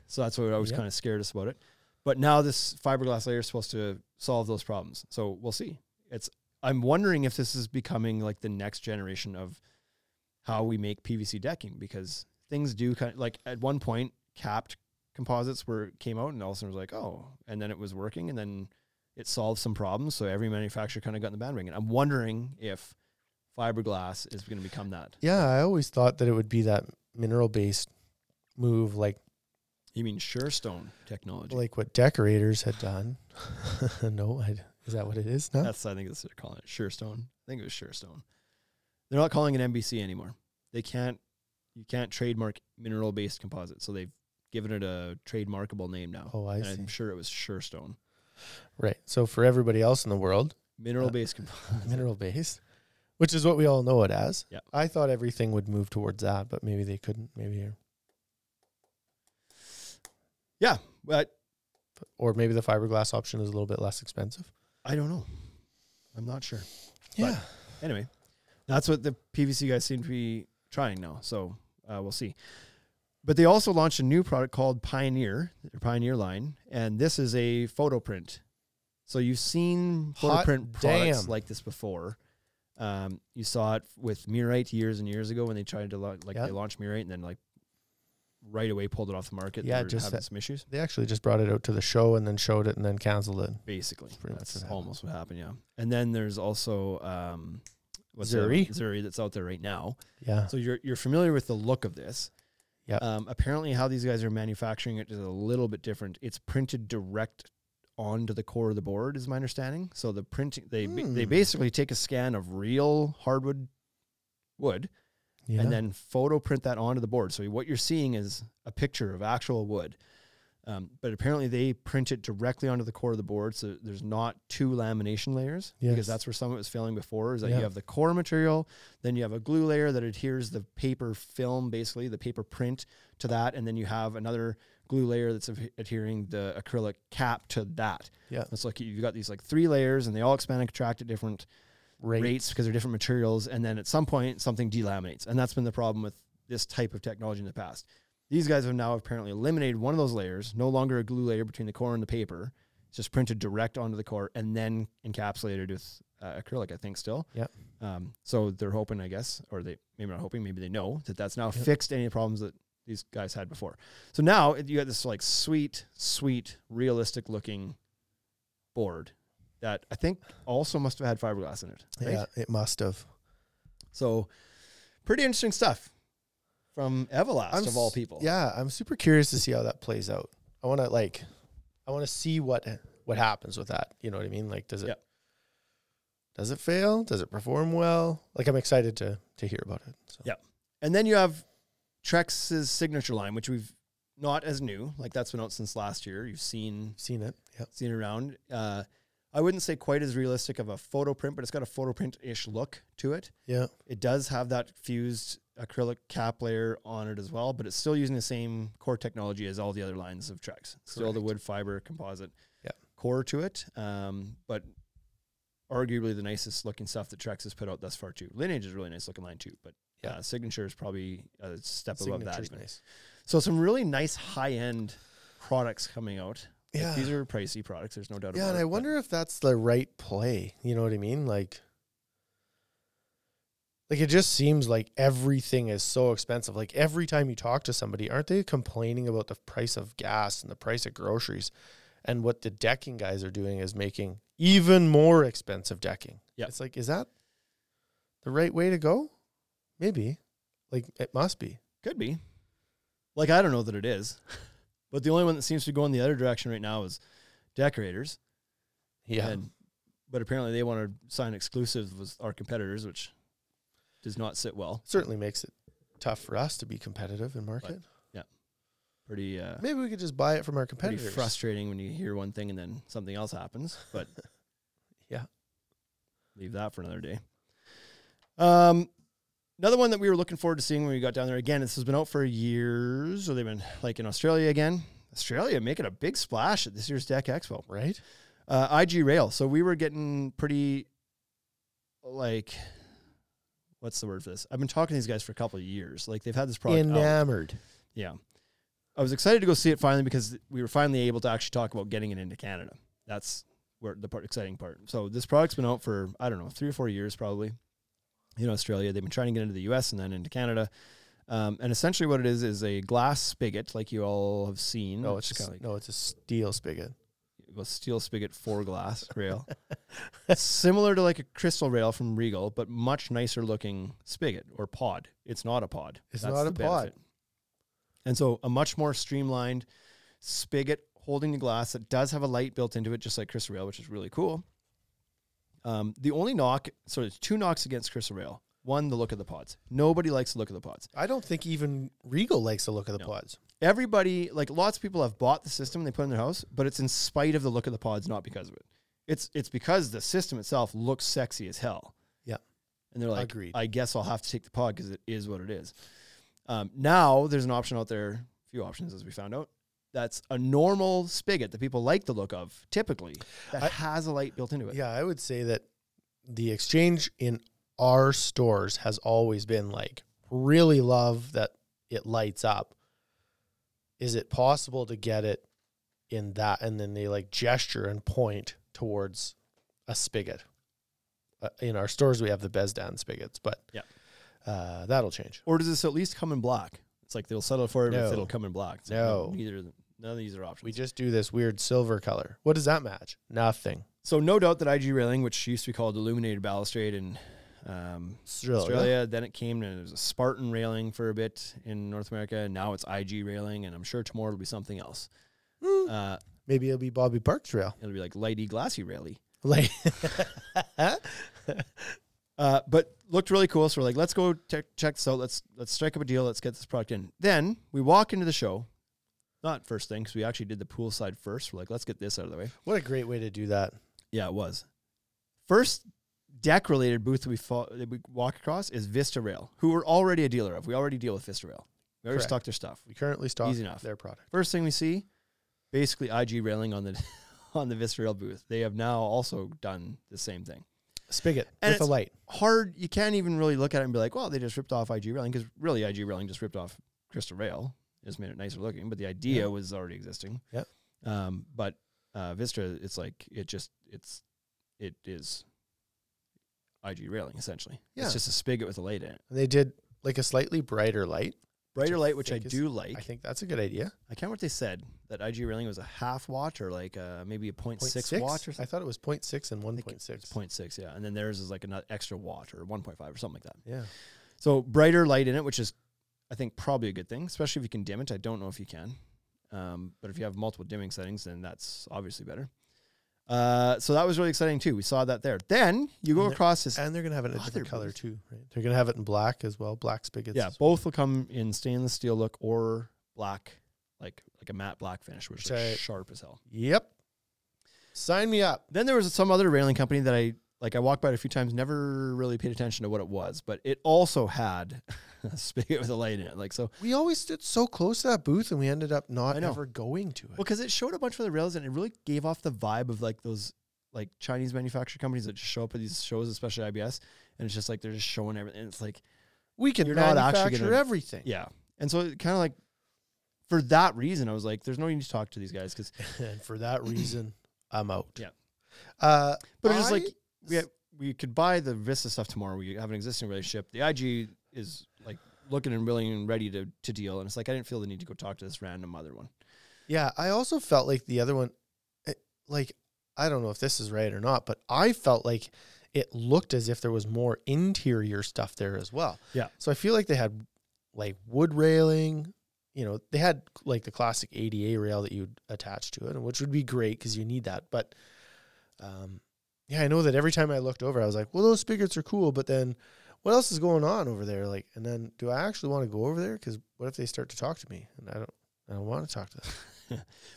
B: So that's what I was
C: Yep.
B: kind of scared us about it. But now this fiberglass layer is supposed to solve those problems. So we'll see. It's I'm wondering if this is becoming like the next generation of how we make PVC decking because things do kind of like at one point capped composites were came out and all of a sudden it was like oh and then it was working and then it solved some problems so every manufacturer kind of got in the bandwagon. I'm wondering if fiberglass is going to become that.
C: yeah, I always thought that it would be that mineral based move, like
B: You mean sure stone technology?
C: like what decorators had done. no, I, is that what it is now?
B: That's I think that's what they're calling it. Surestone. I think it was Surestone. They're not calling it MBC anymore. They can't you can't trademark mineral based composite. So they've given it a trademarkable name now.
C: oh, I
B: and
C: see.
B: I'm sure it was Surestone.
C: Right. So for everybody else in the world,
B: Mineral based composite.
C: Uh, mineral based, which is what we all know it as.
B: Yep.
C: I thought everything would move towards that, but maybe they couldn't. Maybe you're-
B: Yeah. But
C: or maybe the fiberglass option is a little bit less expensive.
B: I don't know. I'm not sure.
C: Yeah.
B: Anyway, that's what the PVC guys seem to be trying now. So uh, we'll see. But they also launched a new product called Pioneer, their Pioneer line, and this is a photo print. So you've seen photo
C: Hot
B: print products
C: damn.
B: like this before. Um, you saw it with Murite years and years ago when they tried to lau- like
C: Yeah.
B: they launched Murite and then like right away pulled it off the market. They
C: Yeah,
B: were
C: just
B: having
C: that-
B: some issues.
C: They actually just brought it out to the show and then showed it and then canceled it.
B: Basically,
C: That's pretty much
B: that's
C: what happened.
B: almost what happened. Yeah, and then there's also um, what's
C: Zuri?
B: that, Zuri that's out there right now.
C: Yeah.
B: So you're you're familiar with the look of this.
C: Yep.
B: Um, apparently, how these guys are manufacturing it is a little bit different. It's printed direct onto the core of the board, is my understanding. So the printing they ba- they
C: Hmm.
B: basically take a scan of real hardwood wood
C: yeah.
B: and then photo print that onto the board. So what you're seeing is a picture of actual wood. Um, but apparently they print it directly onto the core of the board, so there's not two lamination layers
C: Yes.
B: because that's where some of it was failing before. Is that
C: Yeah.
B: you have the core material, then you have a glue layer that adheres the paper film, basically the paper print to that, and then you have another glue layer that's adhe- adhering the acrylic cap to that.
C: Yeah.
B: it's like you've got these like three layers, and they all expand and contract at different
C: Rate.
B: rates because they're different materials. And then at some point, something delaminates. And that's been the problem with this type of technology in the past. These guys have now apparently eliminated one of those layers, no longer a glue layer between the core and the paper. It's just printed direct onto the core and then encapsulated with uh, acrylic, I think, still.
C: Yep.
B: Um, so they're hoping, I guess, or they maybe not hoping, maybe they know that that's now
C: Yep.
B: fixed any problems that these guys had before. So now it- you got this like sweet, sweet, realistic looking board that I think also must have had fiberglass in it. right?
C: Yeah, it must have.
B: So, pretty interesting stuff from Everlast
C: I'm
B: of all
C: s-
B: people.
C: Yeah, I'm super curious to see how that plays out. I want to like, I want to see what what happens with that. You know what I mean? Like, does it
B: Yep.
C: does it fail? Does it perform well? Like, I'm excited to to hear about it. So.
B: Yeah. And then you have Trex's signature line, which we've not as new. Like that's been out since last year. You've seen
C: Seen it? Yep.
B: seen it around. Uh, I wouldn't say quite as realistic of a photo print, but it's got a photo print ish look to it.
C: Yeah.
B: It does have that fused acrylic cap layer on it as well, but it's still using the same core technology as all the other lines of Trex. Still the
C: Correct.
B: wood fiber composite
C: Yeah.
B: core to it, um, but arguably the nicest looking stuff that Trex has put out thus far too. Lineage is a really nice looking line too, but
C: Yeah.
B: uh, Signature is probably a step above that.
C: Signature's
B: even.
C: nice.
B: So some really nice high end products coming out. Like,
C: Yeah.
B: these are pricey products. There's no doubt
C: yeah,
B: about
C: and
B: it.
C: I
B: but
C: wonder if that's the right play. You know what I mean? Like, like it just seems like everything is so expensive. Like every time you talk to somebody, aren't they complaining about the price of gas and the price of groceries? And what the decking guys are doing is making even more expensive decking.
B: Yeah.
C: it's like, is that the right way to go? Maybe, like it must be.
B: Could be. Like I don't know that it is, but the only one that seems to go in the other direction right now is decorators.
C: Yeah,
B: And But apparently they want to sign exclusives with our competitors, which does not sit well.
C: Certainly makes it tough for us to be competitive in market.
B: Pretty uh,
C: Maybe we could just buy it from our
B: pretty
C: competitors.
B: frustrating when you hear one thing and then something else happens. But
C: Yeah.
B: leave that for another day. Um, another one that we were looking forward to seeing when we got down there again. This has been out for years, so they've been like in Australia again. Australia making a big splash at this year's Deck Expo.
C: right?
B: uh, IG Rail. So we were getting pretty, like, what's the word for this? I've been talking to these guys for a couple of years. Like they've had this product. out.
C: Enamored.
B: Yeah, I was excited to go see it finally because we were finally able to actually talk about getting it into Canada. That's where the part, exciting part. So this product's been out for I don't know three or four years probably. In Australia, they've been trying to get into the U.S. and then into Canada. Um, and essentially, what it is is a glass spigot, like you all have seen.
C: No, Oh, it's
B: It's
C: just,
B: Mm, kinda like-
C: no, it's a steel spigot.
B: a steel spigot four glass rail, similar to like a crystal rail from Regal, but much nicer looking spigot or pod. It's not a pod.
C: It's not a pod.
B: And so a much more streamlined spigot holding the glass that does have a light built into it, just like crystal rail, which is really cool. Um, the only knock, so there's two knocks against crystal rail. One, the look of the pods. Nobody likes the look of the pods.
C: I don't think even Regal likes the look of the pods.
B: everybody like lots of people have bought the system they put in their house but it's in spite of the look of the pods not because of it it's it's because the system itself looks sexy as hell
C: Yeah.
B: and they're like
C: Agreed.
B: i guess i'll have to take the pod because it is what it is um, now there's an option out there a few options as we found out that's a normal spigot that people like the look of typically that
C: I-
B: has a light built into it
C: Yeah, I would say that the exchange in our stores has always been like really love that it lights up. Is it possible to get it in that? And then they like gesture and point towards a spigot. Uh, in our stores, we have the Bezdan spigots, but
B: Yeah.
C: uh, that'll change.
B: or does this at least come in black it's like they'll settle for it
C: No.
B: if it'll come in black It's like,
C: No.
B: neither of them- none of these are options
C: We just do this weird silver color. What does that match? Nothing.
B: So no doubt that IG railing, which used to be called illuminated balustrade in um,
C: Australia.
B: Australia, then it came and it was a Spartan railing for a bit in North America. And now it's IG railing, and I'm sure tomorrow it'll be something else. Uh,
C: Maybe it'll be Bobby Park Trail.
B: it'll be like lighty glassy railing.
C: Like,
B: Uh, but looked really cool. So we're like, let's go check check this out. Let's let's strike up a deal. Let's get this product in. Then we walk into the show. Not first thing, because we actually did the poolside first. We're like, let's get this out of the way.
C: what a great way to do that.
B: Yeah, it was. First deck related booth that we fought, that we walk across is Vista Rail, who we're already a dealer of. We already deal with Vista Rail. We already
C: Correct.
B: stock their stuff.
C: We currently stock
B: Easy enough.
C: their product.
B: First thing we see, basically IG railing on the on the Vista Rail booth. They have now also done the same thing.
C: Spigot
B: And
C: with a
B: it's-
C: light.
B: Hard, you can't even really look at it and be like, well, they just ripped off IG railing because really IG railing just ripped off Crystal Rail, just made it nicer looking. But the idea
C: Yeah.
B: was already existing.
C: Yep.
B: Um, but uh, Vista, it's like it just it's it is IG railing essentially.
C: Yeah.
B: It's just a spigot with a light in it.
C: And they did like a slightly brighter light.
B: Brighter
C: I
B: light, which I
C: think is-
B: do like.
C: I
B: I,
C: think that's a good idea.
B: can't remember what they said that IG railing was a half watt or like uh, maybe a point six watt or
C: I
B: something.
C: thought it was 0.6 and
B: I think
C: 1.6.
B: It's point six, yeah. And then theirs is like an extra watt or one point five or something like that.
C: Yeah.
B: So brighter light in it, which is, I think, probably a good thing, especially if you can dim it. I don't know if you can, um, but if you have multiple dimming settings, then that's obviously better. Uh, so that was really exciting too. We saw that there. Then you go
C: And the-
B: across this.
C: And they're going to have it in a different
B: Other
C: color
B: booth.
C: too, right? They're going to have it in black as well, black spigots.
B: Yeah, both will come in stainless steel look or black, like like a matte black finish, which
C: Which I-
B: is sharp as hell.
C: Yep. Sign me up.
B: Then there was some other railing company that I like. I walked by it a few times, never really paid attention to what it was, but it also had a spigot with a light in it. Like so,
C: We always stood so close to that booth and we ended up not
B: I know.
C: ever going to it.
B: Well, because it showed a bunch of the rails and it really gave off the vibe of like those like Chinese manufacturer companies that just show up at these shows, especially IBS, and it's just like they're just showing everything. And it's like,
C: we can
B: you're not actually
C: manufacture
B: gonna-
C: everything.
B: yeah. And so it kind of like for that reason, I was like, there's no need to talk to these guys because,
C: And for that reason, I'm out.
B: Yeah.
C: Uh,
B: but it's just
C: I-
B: like we had- we could buy the Vista stuff tomorrow. We have an existing relationship. The IG is like looking and willing and ready to to deal, and it's like I didn't feel the need to go talk to this random other one.
C: Yeah, I also felt like the other one, it, like I don't know if this is right or not, but I felt like it looked as if there was more interior stuff there as well.
B: Yeah.
C: So I feel like they had like wood railing. You know, they had like the classic ADA rail that you'd attach to it, which would be great because you need that. But um, yeah, I know that every time I looked over, I was like, well, those spigots are cool, but then what else is going on over there? Like, and then do I actually want to go over there? Because what if they start to talk to me and I don't, I don't want to talk to them.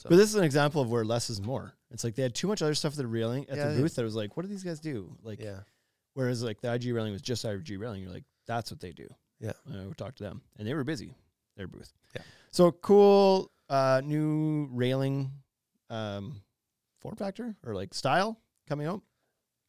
B: But this is an example of where less is more. It's like they had too much other stuff at the railing at
C: Yeah,
B: the
C: they-
B: booth that was like, what do these guys do? Like,
C: yeah,
B: whereas like the IG railing was just IG railing. You're like, that's what they do.
C: Yeah.
B: And I would talk to them, and they were busy. Their booth.
C: Yeah.
B: So cool, uh, new railing, um, form factor or like style coming out.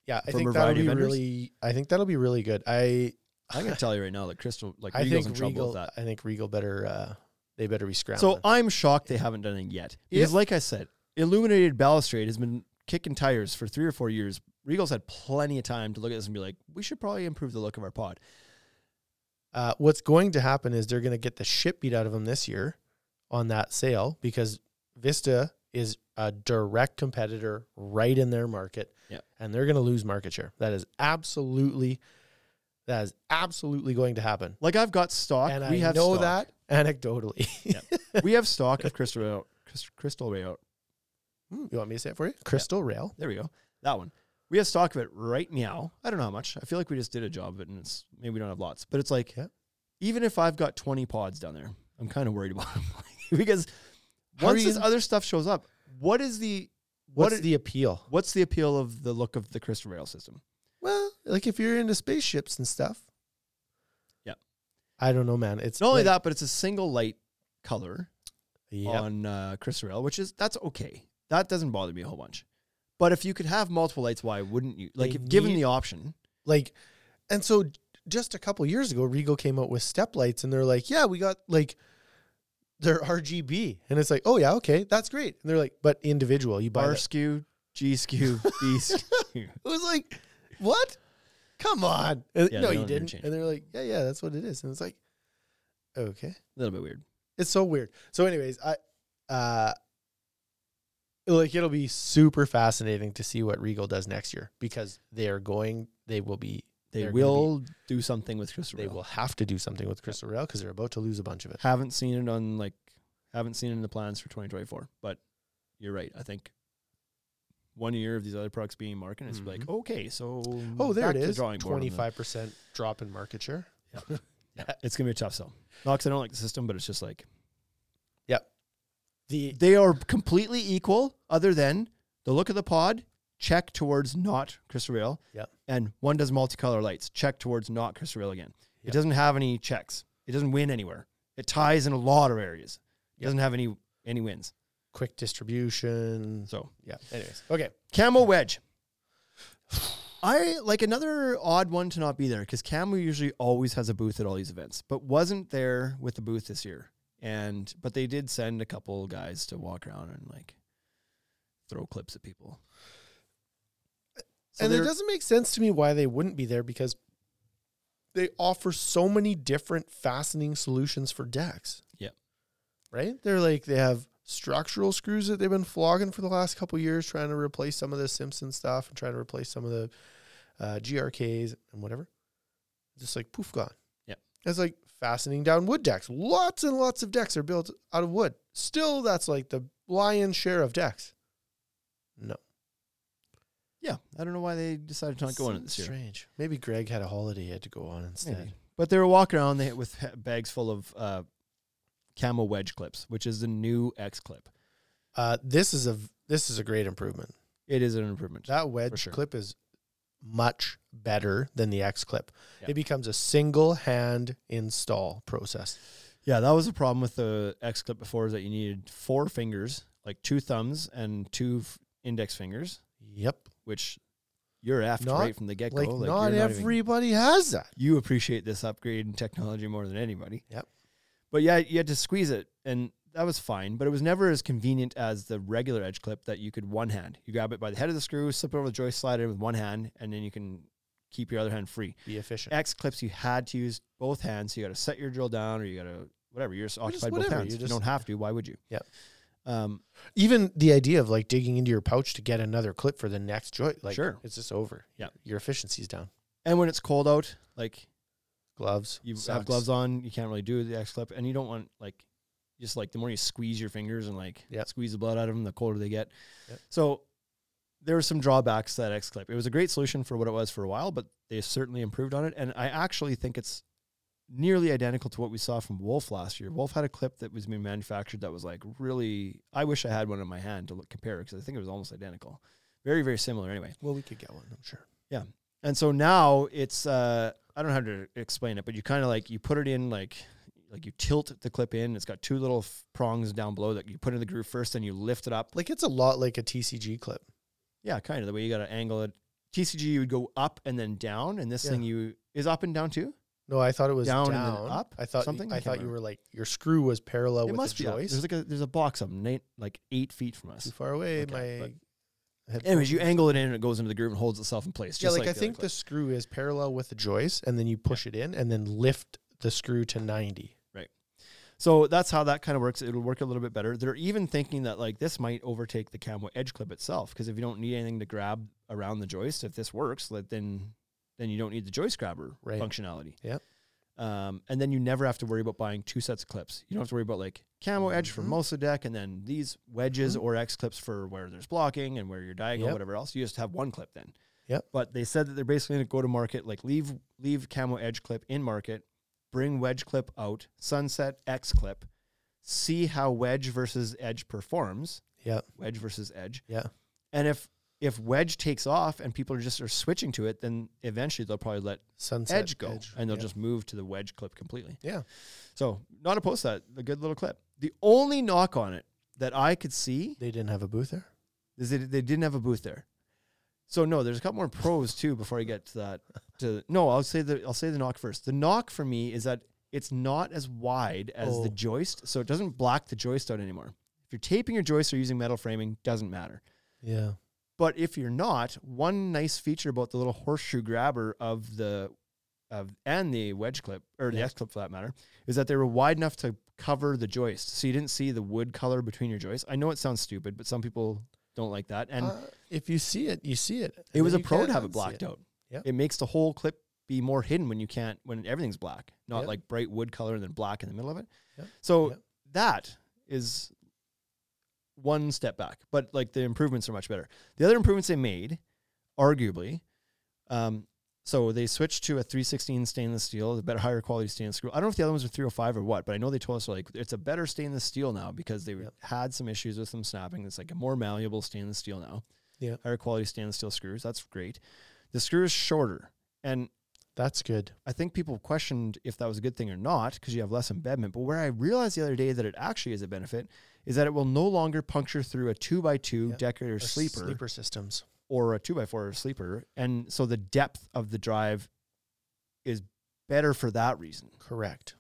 C: yeah. I
B: From
C: think
B: a
C: that'll
B: variety of
C: be
B: vendors?
C: really, I think that'll be really good. I,
B: I can tell you right now that Crystal, like
C: I
B: Regal's in
C: think
B: trouble
C: Regal,
B: with that.
C: I think Regal better, uh, they better be scrambling.
B: So uh, I'm shocked they haven't done it yet. Because,
C: If-
B: like I said, Illuminated Balustrade has been kicking tires for three or four years. Regal's had plenty of time to look at this and be like, we should probably improve the look of our pod.
C: Uh, what's going to happen is they're going to get the shit beat out of them this year on that sale because Vista is a direct competitor right in their market,
B: Yep.
C: and they're going to lose market share. That is absolutely, that is absolutely going to happen.
B: Like I've got stock.
C: and
B: we
C: I
B: have
C: know
B: stock.
C: that anecdotally.
B: we have stock of Crystal Rail. Crystal, Crystal Rail.
C: you want me to say it for you?
B: Hmm.
C: Crystal Rail.
B: There we go. That one. We have stock of it right now. I don't know how much. I feel like we just did a job of it, and it's maybe we don't have lots, but it's like
C: Yeah.
B: even if I've got 20 pods down there, I'm kind of worried about them because
C: How are
B: once
C: you
B: this
C: gonna-
B: other stuff shows up, what is the
C: What's
B: it-
C: the appeal?
B: What's the appeal of the look of the crystal rail system?
C: Well, like if you're into spaceships and stuff.
B: Yep.
C: I don't know, man. It's
B: It's not only
C: like-
B: that, but it's a single light color
C: Yep.
B: on uh, crystal rail, which is that's okay. That doesn't bother me a whole bunch. But if you could have multiple lights, why wouldn't you? Like,
C: They
B: if given
C: need-
B: the option,
C: like and so j- just a couple years ago regal came out with step lights and they're like yeah we got like they're rgb and it's like oh yeah okay that's great and they're like but individual you buy
B: R
C: that.
B: skew, G skew, B skew.
C: it was like what come on And-
B: Yeah,
C: no
B: they
C: you
B: don't
C: didn't
B: interchange.
C: and they're like yeah yeah that's what it is and it's like okay
B: A little bit weird.
C: it's so weird so anyways i uh like it'll be super fascinating to see what regal does next year because they are going they will be
B: They
C: They're gonna be-
B: will do something with crystal
C: they
B: rail.
C: will have to do something with crystal rail because they're about to lose a bunch of it
B: Haven't seen it on like, haven't seen it in the plans for 2024. But you're right. I think one year of these other products being marketed, it's like
C: Mhm.
B: okay, so
C: Oh, there
B: back
C: it
B: to the
C: is.
B: drawing board on
C: Twenty
B: the-
C: five percent drop in market share.
B: It's gonna be a tough sell. Not 'cause I don't like the system, but it's just like
C: The
B: they are completely equal, other than the look of the pod. Check towards not crystal rail.
C: Yep.
B: And one does multicolor lights. Check towards not crystal rail again. It
C: Yep.
B: doesn't have any checks. It doesn't win anywhere. It ties in a lot of areas. It
C: Yep.
B: doesn't have any any wins.
C: quick distribution.
B: So
C: Yeah. Anyways, okay.
B: Camo wedge. I like another odd one to not be there because Camo usually always has a booth at all these events, but wasn't there with the booth this year. And but they did send a couple guys to walk around and like throw clips at people. So
C: and it
B: they're-
C: doesn't make sense to me why they wouldn't be there because they offer so many different fastening solutions for decks.
B: Yep.
C: Right? They're like they have structural screws that they've been flogging for the last couple years, trying to replace some of the Simpson stuff and trying to replace some of the uh, GRKs and whatever. Just like poof gone.
B: Yep.
C: It's like fastening down wood decks. Lots and lots of decks are built out of wood. Still, that's like the lion's share of decks. No.
B: yeah, I don't know why they decided to not go on it this
C: Seems
B: year.
C: Strange. Maybe Greg had a holiday he had to go on instead.
B: Maybe. But they were walking around they, with ha- bags full of uh, Camo wedge clips, which is the new X clip.
C: Uh, this is a v- this is a great improvement.
B: It is an improvement.
C: That wedge
B: sure.
C: clip is much better than the X clip.
B: Yeah.
C: It becomes a single hand install process.
B: Yeah, that was a problem with the X clip before is that you needed four fingers, like two thumbs and two f- index fingers,
C: Yep.
B: which you're after
C: Not-
B: right from the get go.
C: like, not everybody has that.
B: you appreciate this upgrade in technology more than anybody.
C: Yep.
B: But yeah, you had to squeeze it, and that was fine. But it was never as convenient as the regular edge clip that you could one hand. You grab it by the head of the screw, slip it over the joist, slide it in with one hand, and then you can keep your other hand free.
C: Be efficient.
B: X clips, you had to use both hands. So you got to set your drill down, or you got to whatever. You're just occupied both
C: whatever,
B: hands.
C: you
B: If you
C: just-
B: don't have to. Why would you?
C: Yep.
B: Um,
C: Even the idea of like digging into your pouch to get another clip for the next joint, like
B: Sure.
C: it's just over.
B: Yep.
C: Your efficiency's down.
B: and when it's cold out, like
C: Gloves.
B: you
C: socks.
B: have gloves on, you can't really do the X clip, and you don't want like just like the more you squeeze your fingers and like
C: Yep.
B: squeeze the blood out of them, the colder they get.
C: Yep.
B: So there were some drawbacks to that X clip. It was a great solution for what it was for a while, but they certainly improved on it. And I actually think it's nearly identical to what we saw from Wolf last year. Wolf had a clip that was being manufactured that was like really. I wish I had one in my hand to look, compare because I think it was almost identical. Very, very similar anyway.
C: Well, we could get one, I'm sure.
B: And so now it's uh, I don't know how to explain it, but you kind of like you put it in like like you tilt the clip in. It's got two little f- prongs down below that you put in the groove first, and you lift it up.
C: Like it's a lot like a TCG clip.
B: Yeah, kind of the way you got to angle it. TCG you would go up and then down, and this
C: Yeah.
B: thing you is up and down too.
C: No, I thought it was
B: Down
C: down,
B: and then up?
C: I thought
B: Something?
C: something.
B: I
C: I
B: can't
C: thought you
B: remember.
C: were like your screw was parallel
B: it
C: Oh, with
B: must
C: the
B: be up.
C: joist.
B: There's like a there's a box up na- like eight feet from us.
C: Too far away.
B: Okay,
C: my headphones-
B: Anyways, you angle it in and it goes into the groove and holds itself in place.
C: Yeah,
B: just
C: like,
B: the
C: I
B: other
C: think
B: clip.
C: the screw is parallel with the joist, and then you push it in, and then lift the screw to ninety.
B: So that's how that kind of works. It'll work a little bit better. They're even thinking that like this might overtake the camo edge clip itself because if you don't need anything to grab around the joist, if this works, like, then then you don't need the joist grabber
C: Right.
B: functionality.
C: Yep.
B: Um, and then you never have to worry about buying two sets of clips. You don't have to worry about like camo edge for
C: Mhm.
B: most of the deck and then these wedges or X clips for where there's blocking and where you're diagonal,
C: Mm-hmm. Yep.
B: whatever else. You just have one clip then.
C: Yep.
B: But they said that they're basically going to go to market, like leave leave camo edge clip in market, bring wedge clip out, sunset X clip, see how wedge versus edge performs,
C: Yeah,
B: wedge versus edge.
C: yeah.
B: And if if wedge takes off and people are just are switching to it, then eventually they'll probably let
C: Sunset
B: edge go and they'll
C: yeah.
B: just move to the wedge clip completely.
C: yeah.
B: So not opposed to that. A good little clip. The only knock on it that I could see
C: They didn't have a booth there.
B: is they, they didn't have a booth there. So no, there's a couple more pros too before I get to that. To no, I'll say the I'll say the knock first. The knock for me is that it's not as wide as the
C: Oh.
B: joist, so it doesn't block the joist out anymore. If you're taping your joist or using metal framing, doesn't matter.
C: Yeah,
B: But if you're not, one nice feature about the little horseshoe grabber of the of and the wedge clip or the
C: Yeah.
B: X clip for that matter is that they were wide enough to cover the joist, so you didn't see the wood color between your joists. I know it sounds stupid, but some people don't like that, and
C: Uh, if you see it, you see it.
B: it
C: and
B: was a
C: then you
B: pro to
C: can't
B: have it
C: unsee
B: blacked out.
C: Yeah.
B: It makes the whole clip be more hidden when you can't when everything's black, not
C: Yeah.
B: like bright wood color and then black in the middle of it.
C: Yeah.
B: So
C: Yeah.
B: that is one step back, but like the improvements are much better. The other improvements they made, arguably, um, so they switched to a 316 stainless steel, the better higher quality stainless steel. I don't know if the other ones were 305 or what, but I know they told us like it's a better stainless steel now because they
C: Yep.
B: had some issues with them snapping. It's like a more malleable stainless steel now.
C: Yeah.
B: Higher quality stainless steel screws. That's great. The screw is shorter. And
C: That's good.
B: I think people questioned if that was a good thing or not because you have less embedment. But where I realized the other day that it actually is a benefit is that it will no longer puncture through a two by two
C: Yep.
B: deck or
C: Or
B: sleeper
C: sleeper systems.
B: or a two by four or sleeper. And so the depth of the drive is better for that reason.
C: Correct.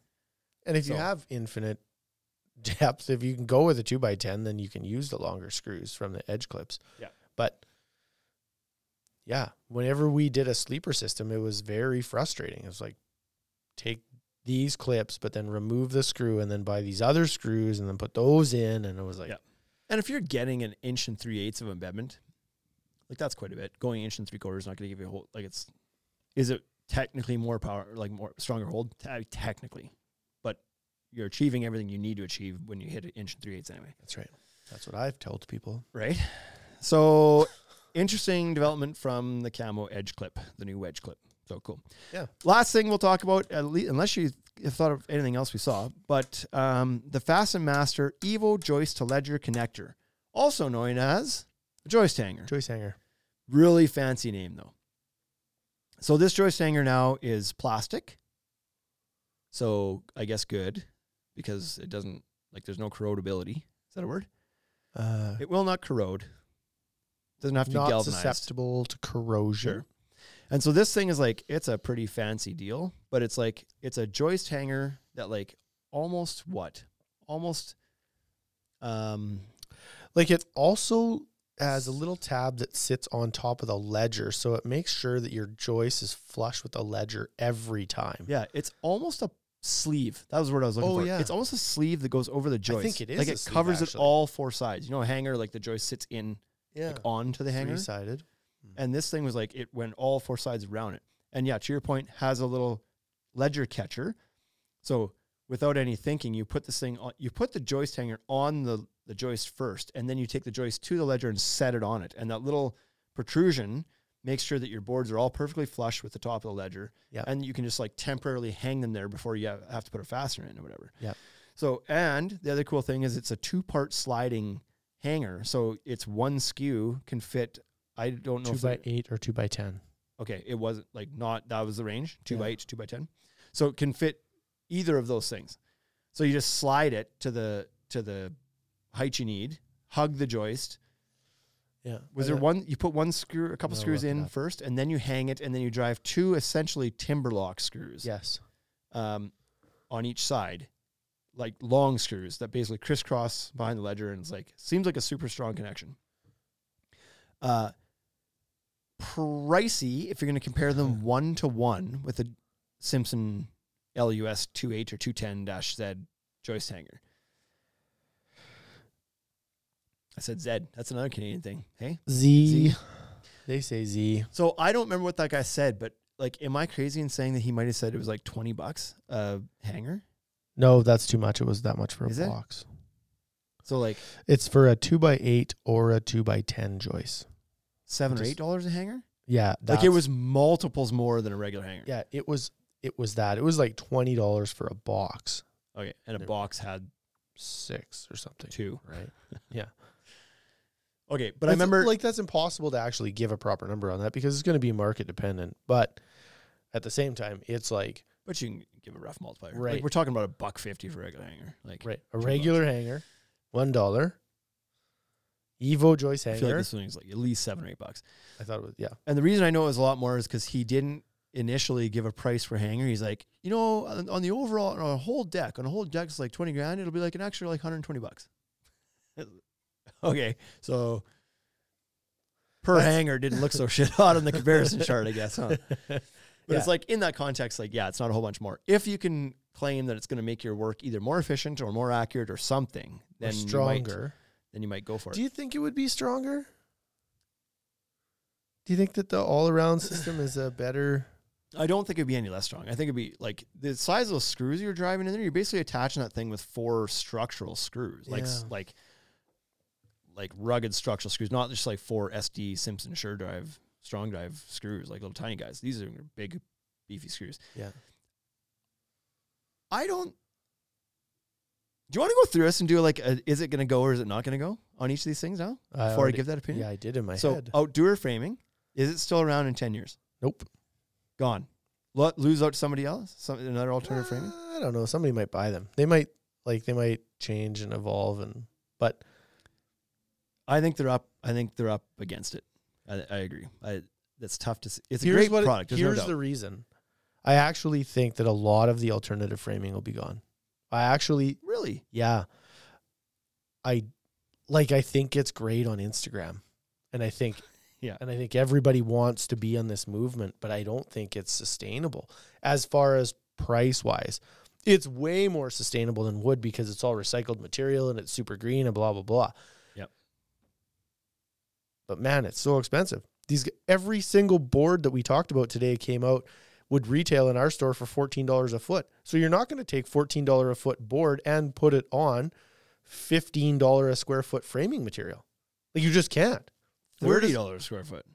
C: And if
B: So-
C: you have infinite depth, if you can go with a two by ten, then you can use the longer screws from the edge clips.
B: Yeah.
C: But yeah, whenever we did a sleeper system, it was very frustrating. It was like take these clips, but then remove the screw and then buy these other screws and then put those in. And it was like,
B: Yeah. And if you're getting an inch and three eighths of embedment, like that's quite a bit. Going inch and three quarters is not going to give you a whole like it's. Is it technically more power, like more stronger hold? Te- technically, but you're achieving everything you need to achieve when you hit an inch and three eighths anyway,
C: that's right. That's what I've told people.
B: right? So interesting development from the camo edge clip, the new wedge clip. So cool.
C: Yeah.
B: Last thing we'll talk about, at least, unless you have thought of anything else we saw, but um, the Fasten Master Evo joist to ledger connector, also known as a joist hanger.
C: Joyce hanger.
B: Really fancy name though. So this joist hanger now is plastic. So I guess good because it doesn't like there's no corrodability. Is that a word?
C: Uh,
B: It will not corrode. Doesn't have to be
C: not
B: galvanized.
C: susceptible to corrosion.
B: Sure. And so this thing is like it's a pretty fancy deal, but it's like it's a joist hanger that like almost what? Almost um
C: Like it also has a little tab that sits on top of the ledger, so it makes sure that your joist is flush with the ledger every time.
B: yeah, it's almost a sleeve. That was the word I was looking
C: Oh,
B: for.
C: yeah.
B: It's almost a sleeve that goes over the joist.
C: it is
B: Like
C: a
B: it
C: sleeve,
B: covers it
C: actually.
B: all four sides. You know, a hanger like the joist sits in
C: yeah.
B: like onto the hanger.
C: Three sided.
B: And this thing was like it went all four sides around it. And yeah, to your point, has a little ledger catcher. So without any thinking, you put this thing on you put the joist hanger on the, the joist first, and then you take the joist to the ledger and set it on it. And that little protrusion makes sure that your boards are all perfectly flush with the top of the ledger.
C: Yep.
B: And you can just like temporarily hang them there before you have, have to put a fastener in or whatever.
C: Yep.
B: So, and the other cool thing is it's a two part sliding hanger. So it's one skew can fit, I don't know
C: two
B: if they-
C: by eight or two by ten.
B: okay, it wasn't like not that was the range two by
C: Yeah.
B: eight, two by ten, so it can fit either of those things. So you just slide it to the to the height you need, hug the joist.
C: Yeah.
B: Was there one you put one screw, a couple
C: No,
B: screws
C: look it
B: in
C: up.
B: first, and then you hang it, and then you drive two essentially timberlock screws,
C: Yes.
B: um, on each side, like long screws that basically crisscross behind the ledger, and it's like seems like a super strong connection. Uh, pricey if you're going to compare them one to one with a Simpson LUS 28 or 210 Z joist hanger. I said Z. That's another Canadian thing. Hey.
C: Z.
B: Z.
C: They say Z.
B: So I don't remember what that guy said, but like, am I crazy in saying that he might have said it was like 20 bucks a hanger?
C: No, that's too much. It was that much for
B: Is
C: a
B: it?
C: box.
B: So like
C: It's for a two by eight or a two by ten joist.
B: seven or
C: Just-
B: eight dollars a hanger.
C: Yeah.
B: like it
C: that's-
B: was multiples more than a regular hanger.
C: Yeah. It was. It was that. It was like twenty dollars for a box,
B: Okay. And a box had
C: six or something.
B: two.
C: Right.
B: Okay, but I
C: That's-
B: remember
C: like that's impossible to actually give a proper number on that because it's going to be market dependent. But at the same time, it's like
B: But you can give a rough multiplier. Like,
C: Right.
B: we're talking about a buck fifty for a regular hanger. Like
C: right a
B: bucks.
C: regular hanger, one dollar. Evo Joyce
B: I feel like
C: hanger.
B: this one is like at least seven or eight bucks.
C: I thought it was yeah.
B: And the reason I know it was a lot more is because he didn't initially give a price for hanger. He's like, you know, on, on the overall on a whole deck, on a whole deck it's like twenty grand, it'll be like an extra like hundred and twenty bucks. okay. So per
C: That's-
B: hanger didn't look so shit hot on the comparison chart, I guess, huh? But
C: Yeah.
B: it's like in that context, like, yeah, it's not a whole bunch more. If you can claim that it's going to make your work either more efficient or more accurate or something,
C: Or
B: then You might,
C: stronger.
B: then you might go for it.
C: Do you think it would be stronger? Do you think that the all around system is a better?
B: I don't think it'd be any less strong. I think it'd be like the size of those screws you're driving in there. You're basically attaching that thing with four structural screws, like s-
C: Yeah.
B: like like rugged structural screws, not just like four SD Simpson Sure Drive Strong Drive screws, like little tiny guys. These are big, beefy screws.
C: Yeah.
B: I don't. Do you want to go through this and do like a, is it going to go or is it not going to go on each of these things now
C: I
B: before
C: already-
B: I give that opinion?
C: Yeah, I did in my
B: so
C: head.
B: outdoor framing is it still around in ten years?
C: nope.
B: gone. Lo- lose out to somebody else, some, another alternative framing.
C: Uh, I don't know. Somebody might buy them. They might like they might change and evolve and but
B: I think they're up. I think they're up against it. I, I agree. I, that's tough to see. It's a
C: here's
B: great
C: what it-
B: product. There's no
C: here's
B: doubt.
C: the reason. I actually think that a lot of the alternative framing will be gone. I actually
B: really,
C: yeah. I like I think it's great on Instagram. And I think
B: Yeah.
C: And I think everybody wants to be on this movement, but I don't think it's sustainable as far as price wise. It's way more sustainable than wood because it's all recycled material and it's super green and blah blah blah.
B: Yep.
C: But man, it's so expensive. These g- every single board that we talked about today came out would retail in our store for $14 a foot. So you're not going to take $14 a foot board and put it on $15 a square foot framing material. Like you just can't. Where
B: thirty
C: does
B: dollars square foot.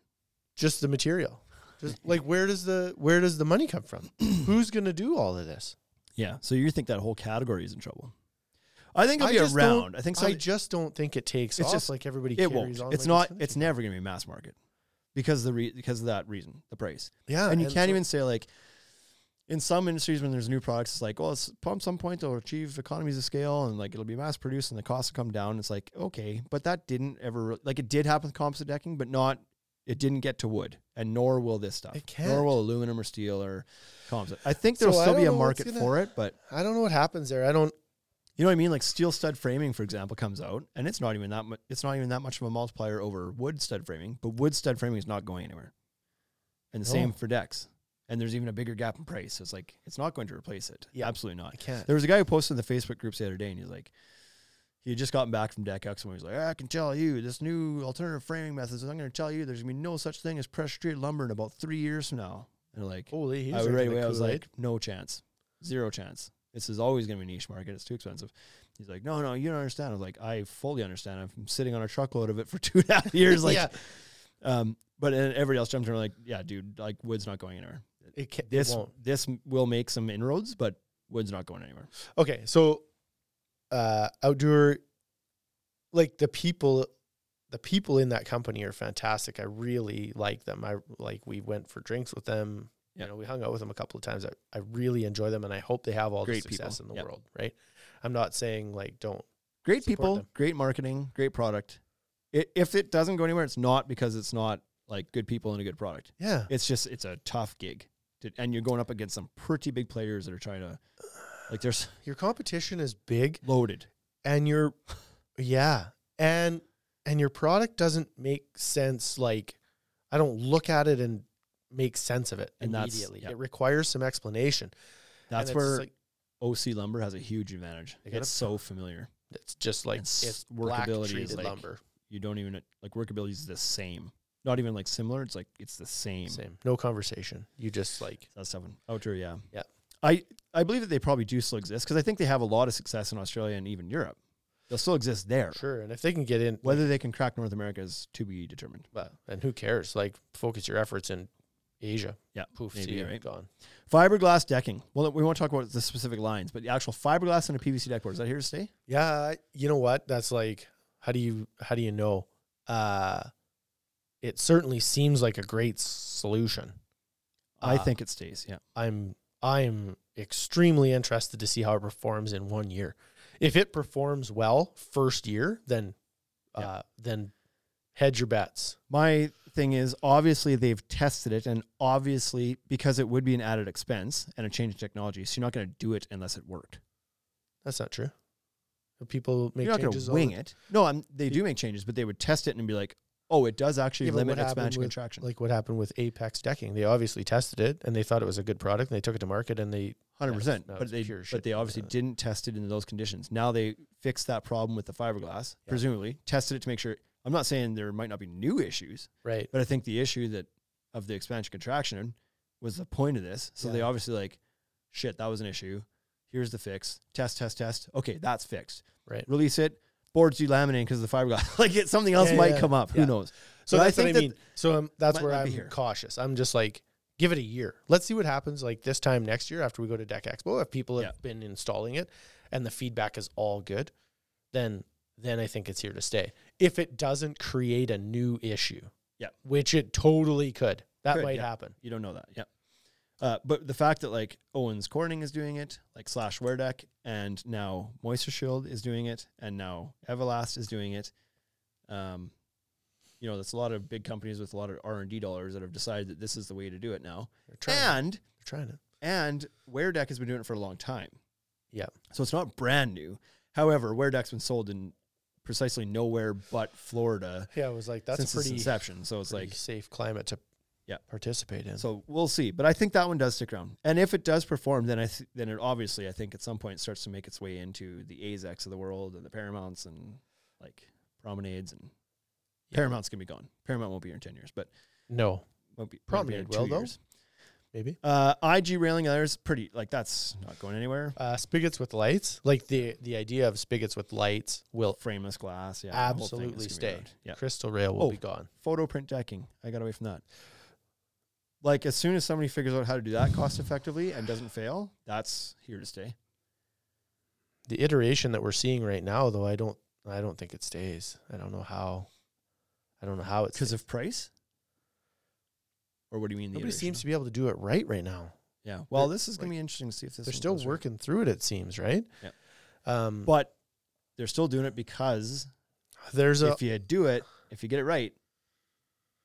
C: just the material? Just like where does the where does the money come from? Who's going to do all of this?
B: Yeah. So you think that whole category is in trouble? I think it'll
C: I
B: be
C: just
B: around.
C: don't-
B: I think so.
C: I just don't think it takes
B: It's
C: off
B: just-
C: like everybody
B: it
C: carries
B: won't.
C: on.
B: It's
C: like
B: not. It's never going to be mass market because of the re- because of that reason, the price.
C: yeah,
B: and you can't
C: so-
B: even say like in some industries when there's new products it's like well it's at some point they'll achieve economies of scale and like it'll be mass produced and the costs will come down it's like okay but that didn't ever re- like it did happen with composite decking but not it didn't get to wood and nor will this stuff
C: It
B: nor
C: can't.
B: will aluminum or steel or composite i think
C: So
B: there'll
C: I
B: still be
C: don't
B: a
C: know what's
B: market
C: gonna-
B: for it but
C: I don't know what happens there. I don't
B: you know what i mean like steel stud framing for example comes out and it's not even that mu- it's not even that much of a multiplier over wood stud framing but wood stud framing is not going anywhere and the same
C: No.
B: for decks and there's even a bigger gap in price it's like it's not going to replace it
C: Yeah.
B: absolutely not
C: I can't.
B: there was a guy who posted in the Facebook groups the other day, and he's like, he had just gotten back from DECX, and he was like, "Ah, I can tell you this new alternative framing methods. I'm going to tell you there's going to be no such thing as pressure treated lumber in about three years from now. And like,
C: Holy, he's
B: I, right
C: drinking the
B: away, I was
C: Kool-Aid.
B: like, no chance, zero chance. This is always going to be a niche market. It's too expensive. He's like, no, no, you don't understand. I was like, I fully understand. I'm sitting on a truckload of it for two and a half years. Like,
C: yeah,
B: Um, but then everybody else jumped in and were like, yeah, dude, like Wood's not going anywhere.
C: It, can,
B: This
C: it won't.
B: this will make some inroads, but Wood's not going anywhere.
C: Okay, so uh outdoor like the people the people in that company are fantastic. I really like them. I like we went for drinks with them.
B: Yeah.
C: You know, we hung out with them a couple of times. I, I really enjoy them and I hope they have all
B: Great
C: the
B: people.
C: success in the
B: Yeah.
C: world, right? I'm not saying like don't.
B: Great
C: Support
B: people,
C: them.
B: great marketing, great product. It, if it doesn't go anywhere, it's not because it's not like good people and a good product.
C: Yeah.
B: It's just it's a tough gig, to, and you're going up against some pretty big players that are trying to, like, they're s-
C: Your competition is big
B: loaded.
C: and your yeah and and your product doesn't make sense like i don't look at it and make sense of it
B: And that's-
C: immediately
B: yeah.
C: it requires some explanation And
B: That's
C: it's
B: where
C: like,
B: OC lumber has a huge advantage.
C: They gotta-
B: It's so familiar.
C: it's just like
B: it's
C: it's black
B: workability is
C: treated
B: like
C: lumber
B: You don't even like workability is the same. Not even like similar. It's like it's the same.
C: same no conversation you just like
B: That's that one. Outdoor, yeah.
C: Yeah.
B: I I believe that they probably do still exist because I think they have a lot of success in Australia and even Europe. They'll still exist there.
C: sure and if they can get in
B: Whether they can crack North America is to be determined.
C: well, and who cares like focus your efforts in asia
B: Yeah,
C: poof
B: maybe,
C: see you
B: right?
C: gone
B: Fiberglass decking. Well, we won't talk about the specific lines, but the actual fiberglass and a PVC deck board is that here to stay?
C: Yeah, you know what? That's like how do you how do you know? Uh it certainly seems like a great solution.
B: I
C: Uh,
B: think it stays. Yeah.
C: I'm I'm extremely interested to see how it performs in one year. If it performs well first year, then
B: Yeah.
C: uh then hedge your bets.
B: My thing is obviously they've tested it, and obviously because it would be an added expense and a change in technology, so you're not going to do it unless it worked.
C: That's not true. People make
B: you're not going
C: changes
B: to
C: all the
B: wing it. No, i they do make changes, but they would test it and be like, oh, it does actually
C: Yeah, but
B: limit
C: what happened
B: expansion
C: with,
B: contraction.
C: Like what happened with Apex decking. They obviously tested it and they thought it was a good product and they took it to market and they
B: Hundred
C: no,
B: percent.
C: no,
B: But
C: it's
B: they
C: pure
B: but
C: shit.
B: they obviously
C: Yeah.
B: didn't test it in those conditions. Now they fixed that problem with the fiberglass,
C: Yeah.
B: presumably tested it to make sure. I'm not saying there might not be new issues,
C: right.
B: but I think the issue that of the expansion contraction was the point of this. So they
C: Yeah.
B: obviously like, shit, that was an issue. Here's the fix. Test, test, test. Okay, that's fixed.
C: Right.
B: Release it. Boards delaminating because of the fiberglass. like it, something else
C: Yeah,
B: might
C: yeah,
B: come up.
C: yeah.
B: Who knows?
C: So
B: But I
C: that's
B: think
C: what I
B: that-
C: mean. So um, that's
B: Might
C: where
B: not
C: I'm
B: be here.
C: cautious. I'm just like, give it a year. Let's see what happens. Like this time next year, after we go to Deck Expo, if people have
B: Yeah.
C: been installing it and the feedback is all good, then then I think it's here to stay. If it doesn't create a new issue,
B: Yeah.
C: which it totally could, that
B: Could,
C: might
B: yeah.
C: happen.
B: You don't know that. Yeah. Uh, but the fact that like Owens Corning is doing it, like Slash Wear Deck, and now Moisture Shield is doing it, and now Everlast is doing it. Um, you know, that's a lot of big companies with a lot of R and D dollars that have decided that this is the way to do it now.
C: They're trying. it.
B: And
C: They're trying it.
B: and Wear Deck has been doing it for a long time.
C: Yeah.
B: So it's not brand new. However, Wear Deck's been sold in precisely nowhere but Florida
C: Yeah, I was like, that's
B: since its
C: pretty,
B: inception. So it's
C: pretty
B: like
C: safe climate to
B: Yeah.
C: participate in.
B: So we'll see, but I think that one does stick around. And if it does perform, then I th- then it obviously I think at some point starts to make its way into the Azex of the world and the Paramounts and like Promenades and Paramount's gonna be gone. Paramount won't be here in ten years, but
C: no,
B: won't be
C: Promenade will, though. maybe.
B: though. Uh, IG railing there's pretty like that's not going anywhere.
C: Uh, spigots with lights, like the the idea of spigots with lights will
B: Frameless glass, yeah, the whole thing is
C: Oh. absolutely
B: gonna be
C: stay.
B: around. Yeah,
C: Crystal rail will
B: Oh.
C: be gone.
B: photo print decking. I got away from that. Like as soon as somebody figures out how to do that cost effectively and doesn't fail, that's here to stay.
C: The iteration that we're seeing right now, though, I don't, I don't think it stays. I don't know how. I don't know how it's
B: Because of price? Or what do you mean? The
C: nobody
B: iteration?
C: seems to be able to do it right right now.
B: Yeah. Well,
C: they're-
B: this is going to be interesting to see if this.
C: They're
B: one
C: still
B: goes right.
C: working through it. It seems right.
B: Yeah.
C: Um, but
B: but they're still doing it because
C: there's a
B: if you do it, if you get it right,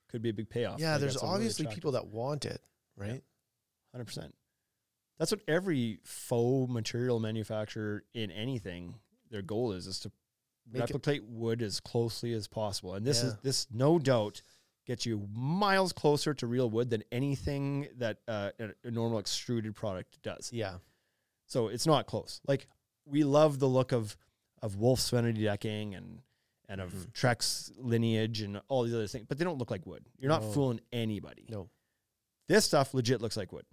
B: could be a big payoff.
C: yeah, there's obviously people that want it, right?
B: Hundred percent. That's what every faux material manufacturer in anything their goal is is to
C: Make it-
B: replicate wood as closely as possible. And this is
C: Yeah.
B: this no doubt gets you miles closer to real wood than anything that uh, a, a normal extruded product does.
C: Yeah,
B: So it's not close. Like we love the look of of Wolf's Vanity decking and and of
C: Mhm.
B: Trek's lineage and all these other things, but they don't look like wood. You're not
C: No.
B: fooling anybody.
C: No.
B: This stuff legit looks like wood.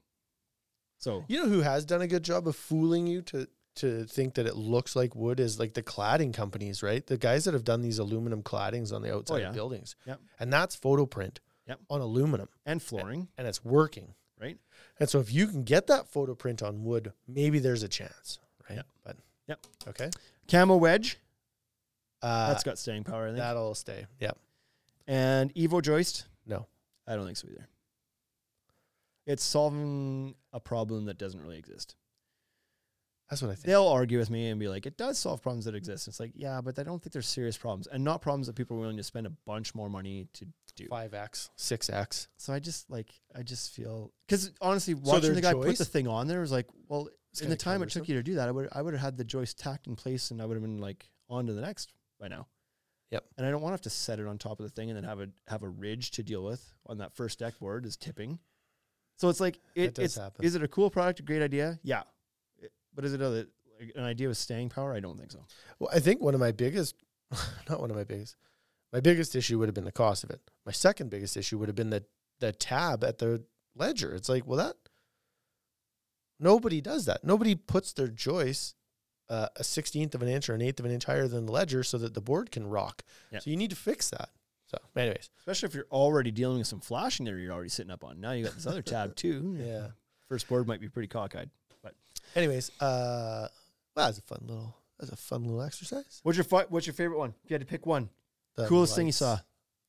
B: So
C: you know who has done a good job of fooling you to to think that it looks like wood is like the cladding companies, right? The guys that have done these aluminum claddings on the outside
B: Oh, yeah.
C: of buildings.
B: Yep.
C: And that's photo print
B: Yep.
C: on aluminum
B: and flooring,
C: and it's working.
B: right?
C: And so if you can get that photo print on wood, maybe there's a chance, right?
B: Yep.
C: But
B: Yep.
C: Okay.
B: Camo wedge
C: Uh,
B: that's got staying power, I think.
C: that'll stay. Yep.
B: and Evo joist,
C: No.
B: I don't think so either. It's solving a problem that doesn't really exist.
C: That's what I think.
B: They'll argue with me and be like, "It does solve problems that exist." It's like, yeah, but I don't think they're serious problems, and not problems that people are willing to spend a bunch more money to do.
C: 5X, 6X.
B: So I just like I just feel because honestly,
C: So
B: watching
C: their
B: the guy put the
C: joist-
B: thing on there was like, well,
C: It's
B: in the
C: kinda
B: time it took
C: cumbersome.
B: you to do that, I would I would have had the joist tacked in place, and I would have been like on to the next by now.
C: Yep.
B: And I don't want to have to set it on top of the thing and then have a have a ridge to deal with on that first deck board is tipping. So it's like it,
C: That does
B: it's
C: happen.
B: is it a cool product, a great idea? Yeah, It- but is it a, like, an idea with staying power? I don't think so.
C: Well, I think one of my biggest, not one of my biggest, my biggest issue would have been the cost of it. My second biggest issue would have been the the tab at the ledger. It's like, well, that nobody does that. Nobody puts their joist uh, a sixteenth of an inch or an eighth of an inch higher than the ledger so that the board can rock.
B: Yeah.
C: So you need to fix that. So, anyways,
B: Especially if you're already dealing with some flashing there, you're already sitting up on. Now you got this other tab too.
C: yeah.
B: First board might be pretty cockeyed.
C: Anyways, uh, well, that's a fun little that's a fun little exercise.
B: What's your fi- what's your favorite one? If you had to pick one,
C: The
B: coolest thing you
C: lights,
B: saw.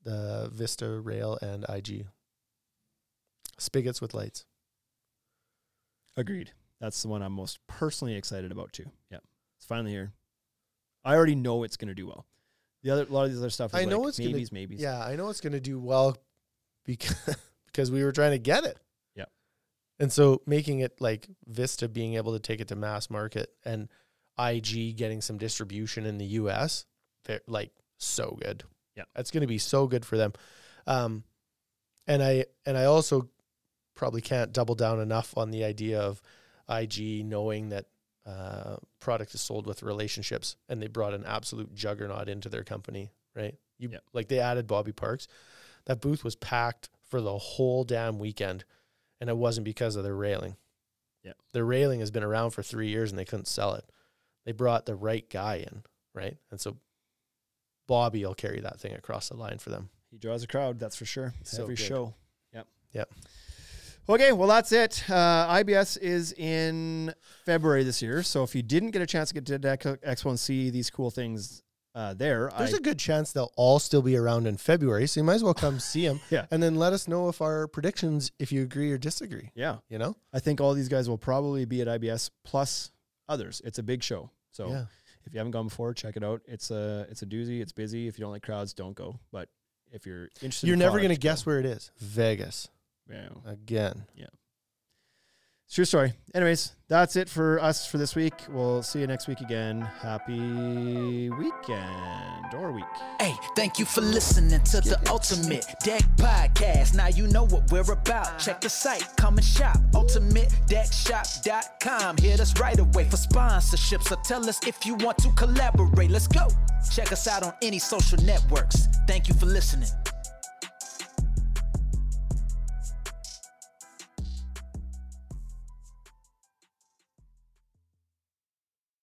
C: the Vista Rail and IG spigots with lights.
B: Agreed. That's the one I'm most personally excited about too. Yeah, it's finally here. I already know it's going to do well. The other a lot of these other stuff. Is
C: I know
B: like
C: it's gonna-
B: maybes, maybes.
C: Yeah, I know it's going to do well because because we were trying to get it.
B: Yep.
C: And so making it like Vista being able to take it to mass market and IG getting some distribution in the US, they're like so good.
B: Yep.
C: That's going to be so good for them. Um and I and I also probably can't double down enough on the idea of IG knowing that uh, product is sold with relationships and they brought an absolute juggernaut into their company, right? You
B: Yep.
C: like they added Bobby Parks. That booth was packed for the whole damn weekend and it wasn't because of their railing.
B: Yep.
C: Their railing has been around for 3 years and they couldn't sell it. They brought the right guy in, right? And so Bobby will carry that thing across the line for them.
B: he draws a crowd. That's for sure.
C: So
B: Every
C: good.
B: show. Yep.
C: Yep.
B: Okay, well that's it. Uh, IBS is in February this year, so if you didn't get a chance to get to Deck Expo and see these cool things uh, there, I
C: There's a good chance they'll all still be around in February, so you might as well come see them.
B: Yeah.
C: And then let us know if our predictions, if you agree or disagree.
B: yeah,
C: You know,
B: I think all these guys will probably be at IBS plus others. It's a big show, so
C: yeah,
B: if you haven't gone before, check it out. It's a it's a doozy. It's busy. If you don't like crowds, don't go. But if you're interested,
C: you're
B: in
C: never gonna
B: product,
C: guess where it is. Vegas
B: yeah.
C: again.
B: It's a true story. Anyways, that's it for us for this week. We'll see you next week again. Happy weekend or week.
A: Hey, thank you for listening to the Ultimate Deck Podcast. Now you know what we're about. Check the site, come and shop. UltimateDeckShop.com. Hit us right away for sponsorships or tell us if you want to collaborate. Let's go. Check us out on any social networks. Thank you for listening.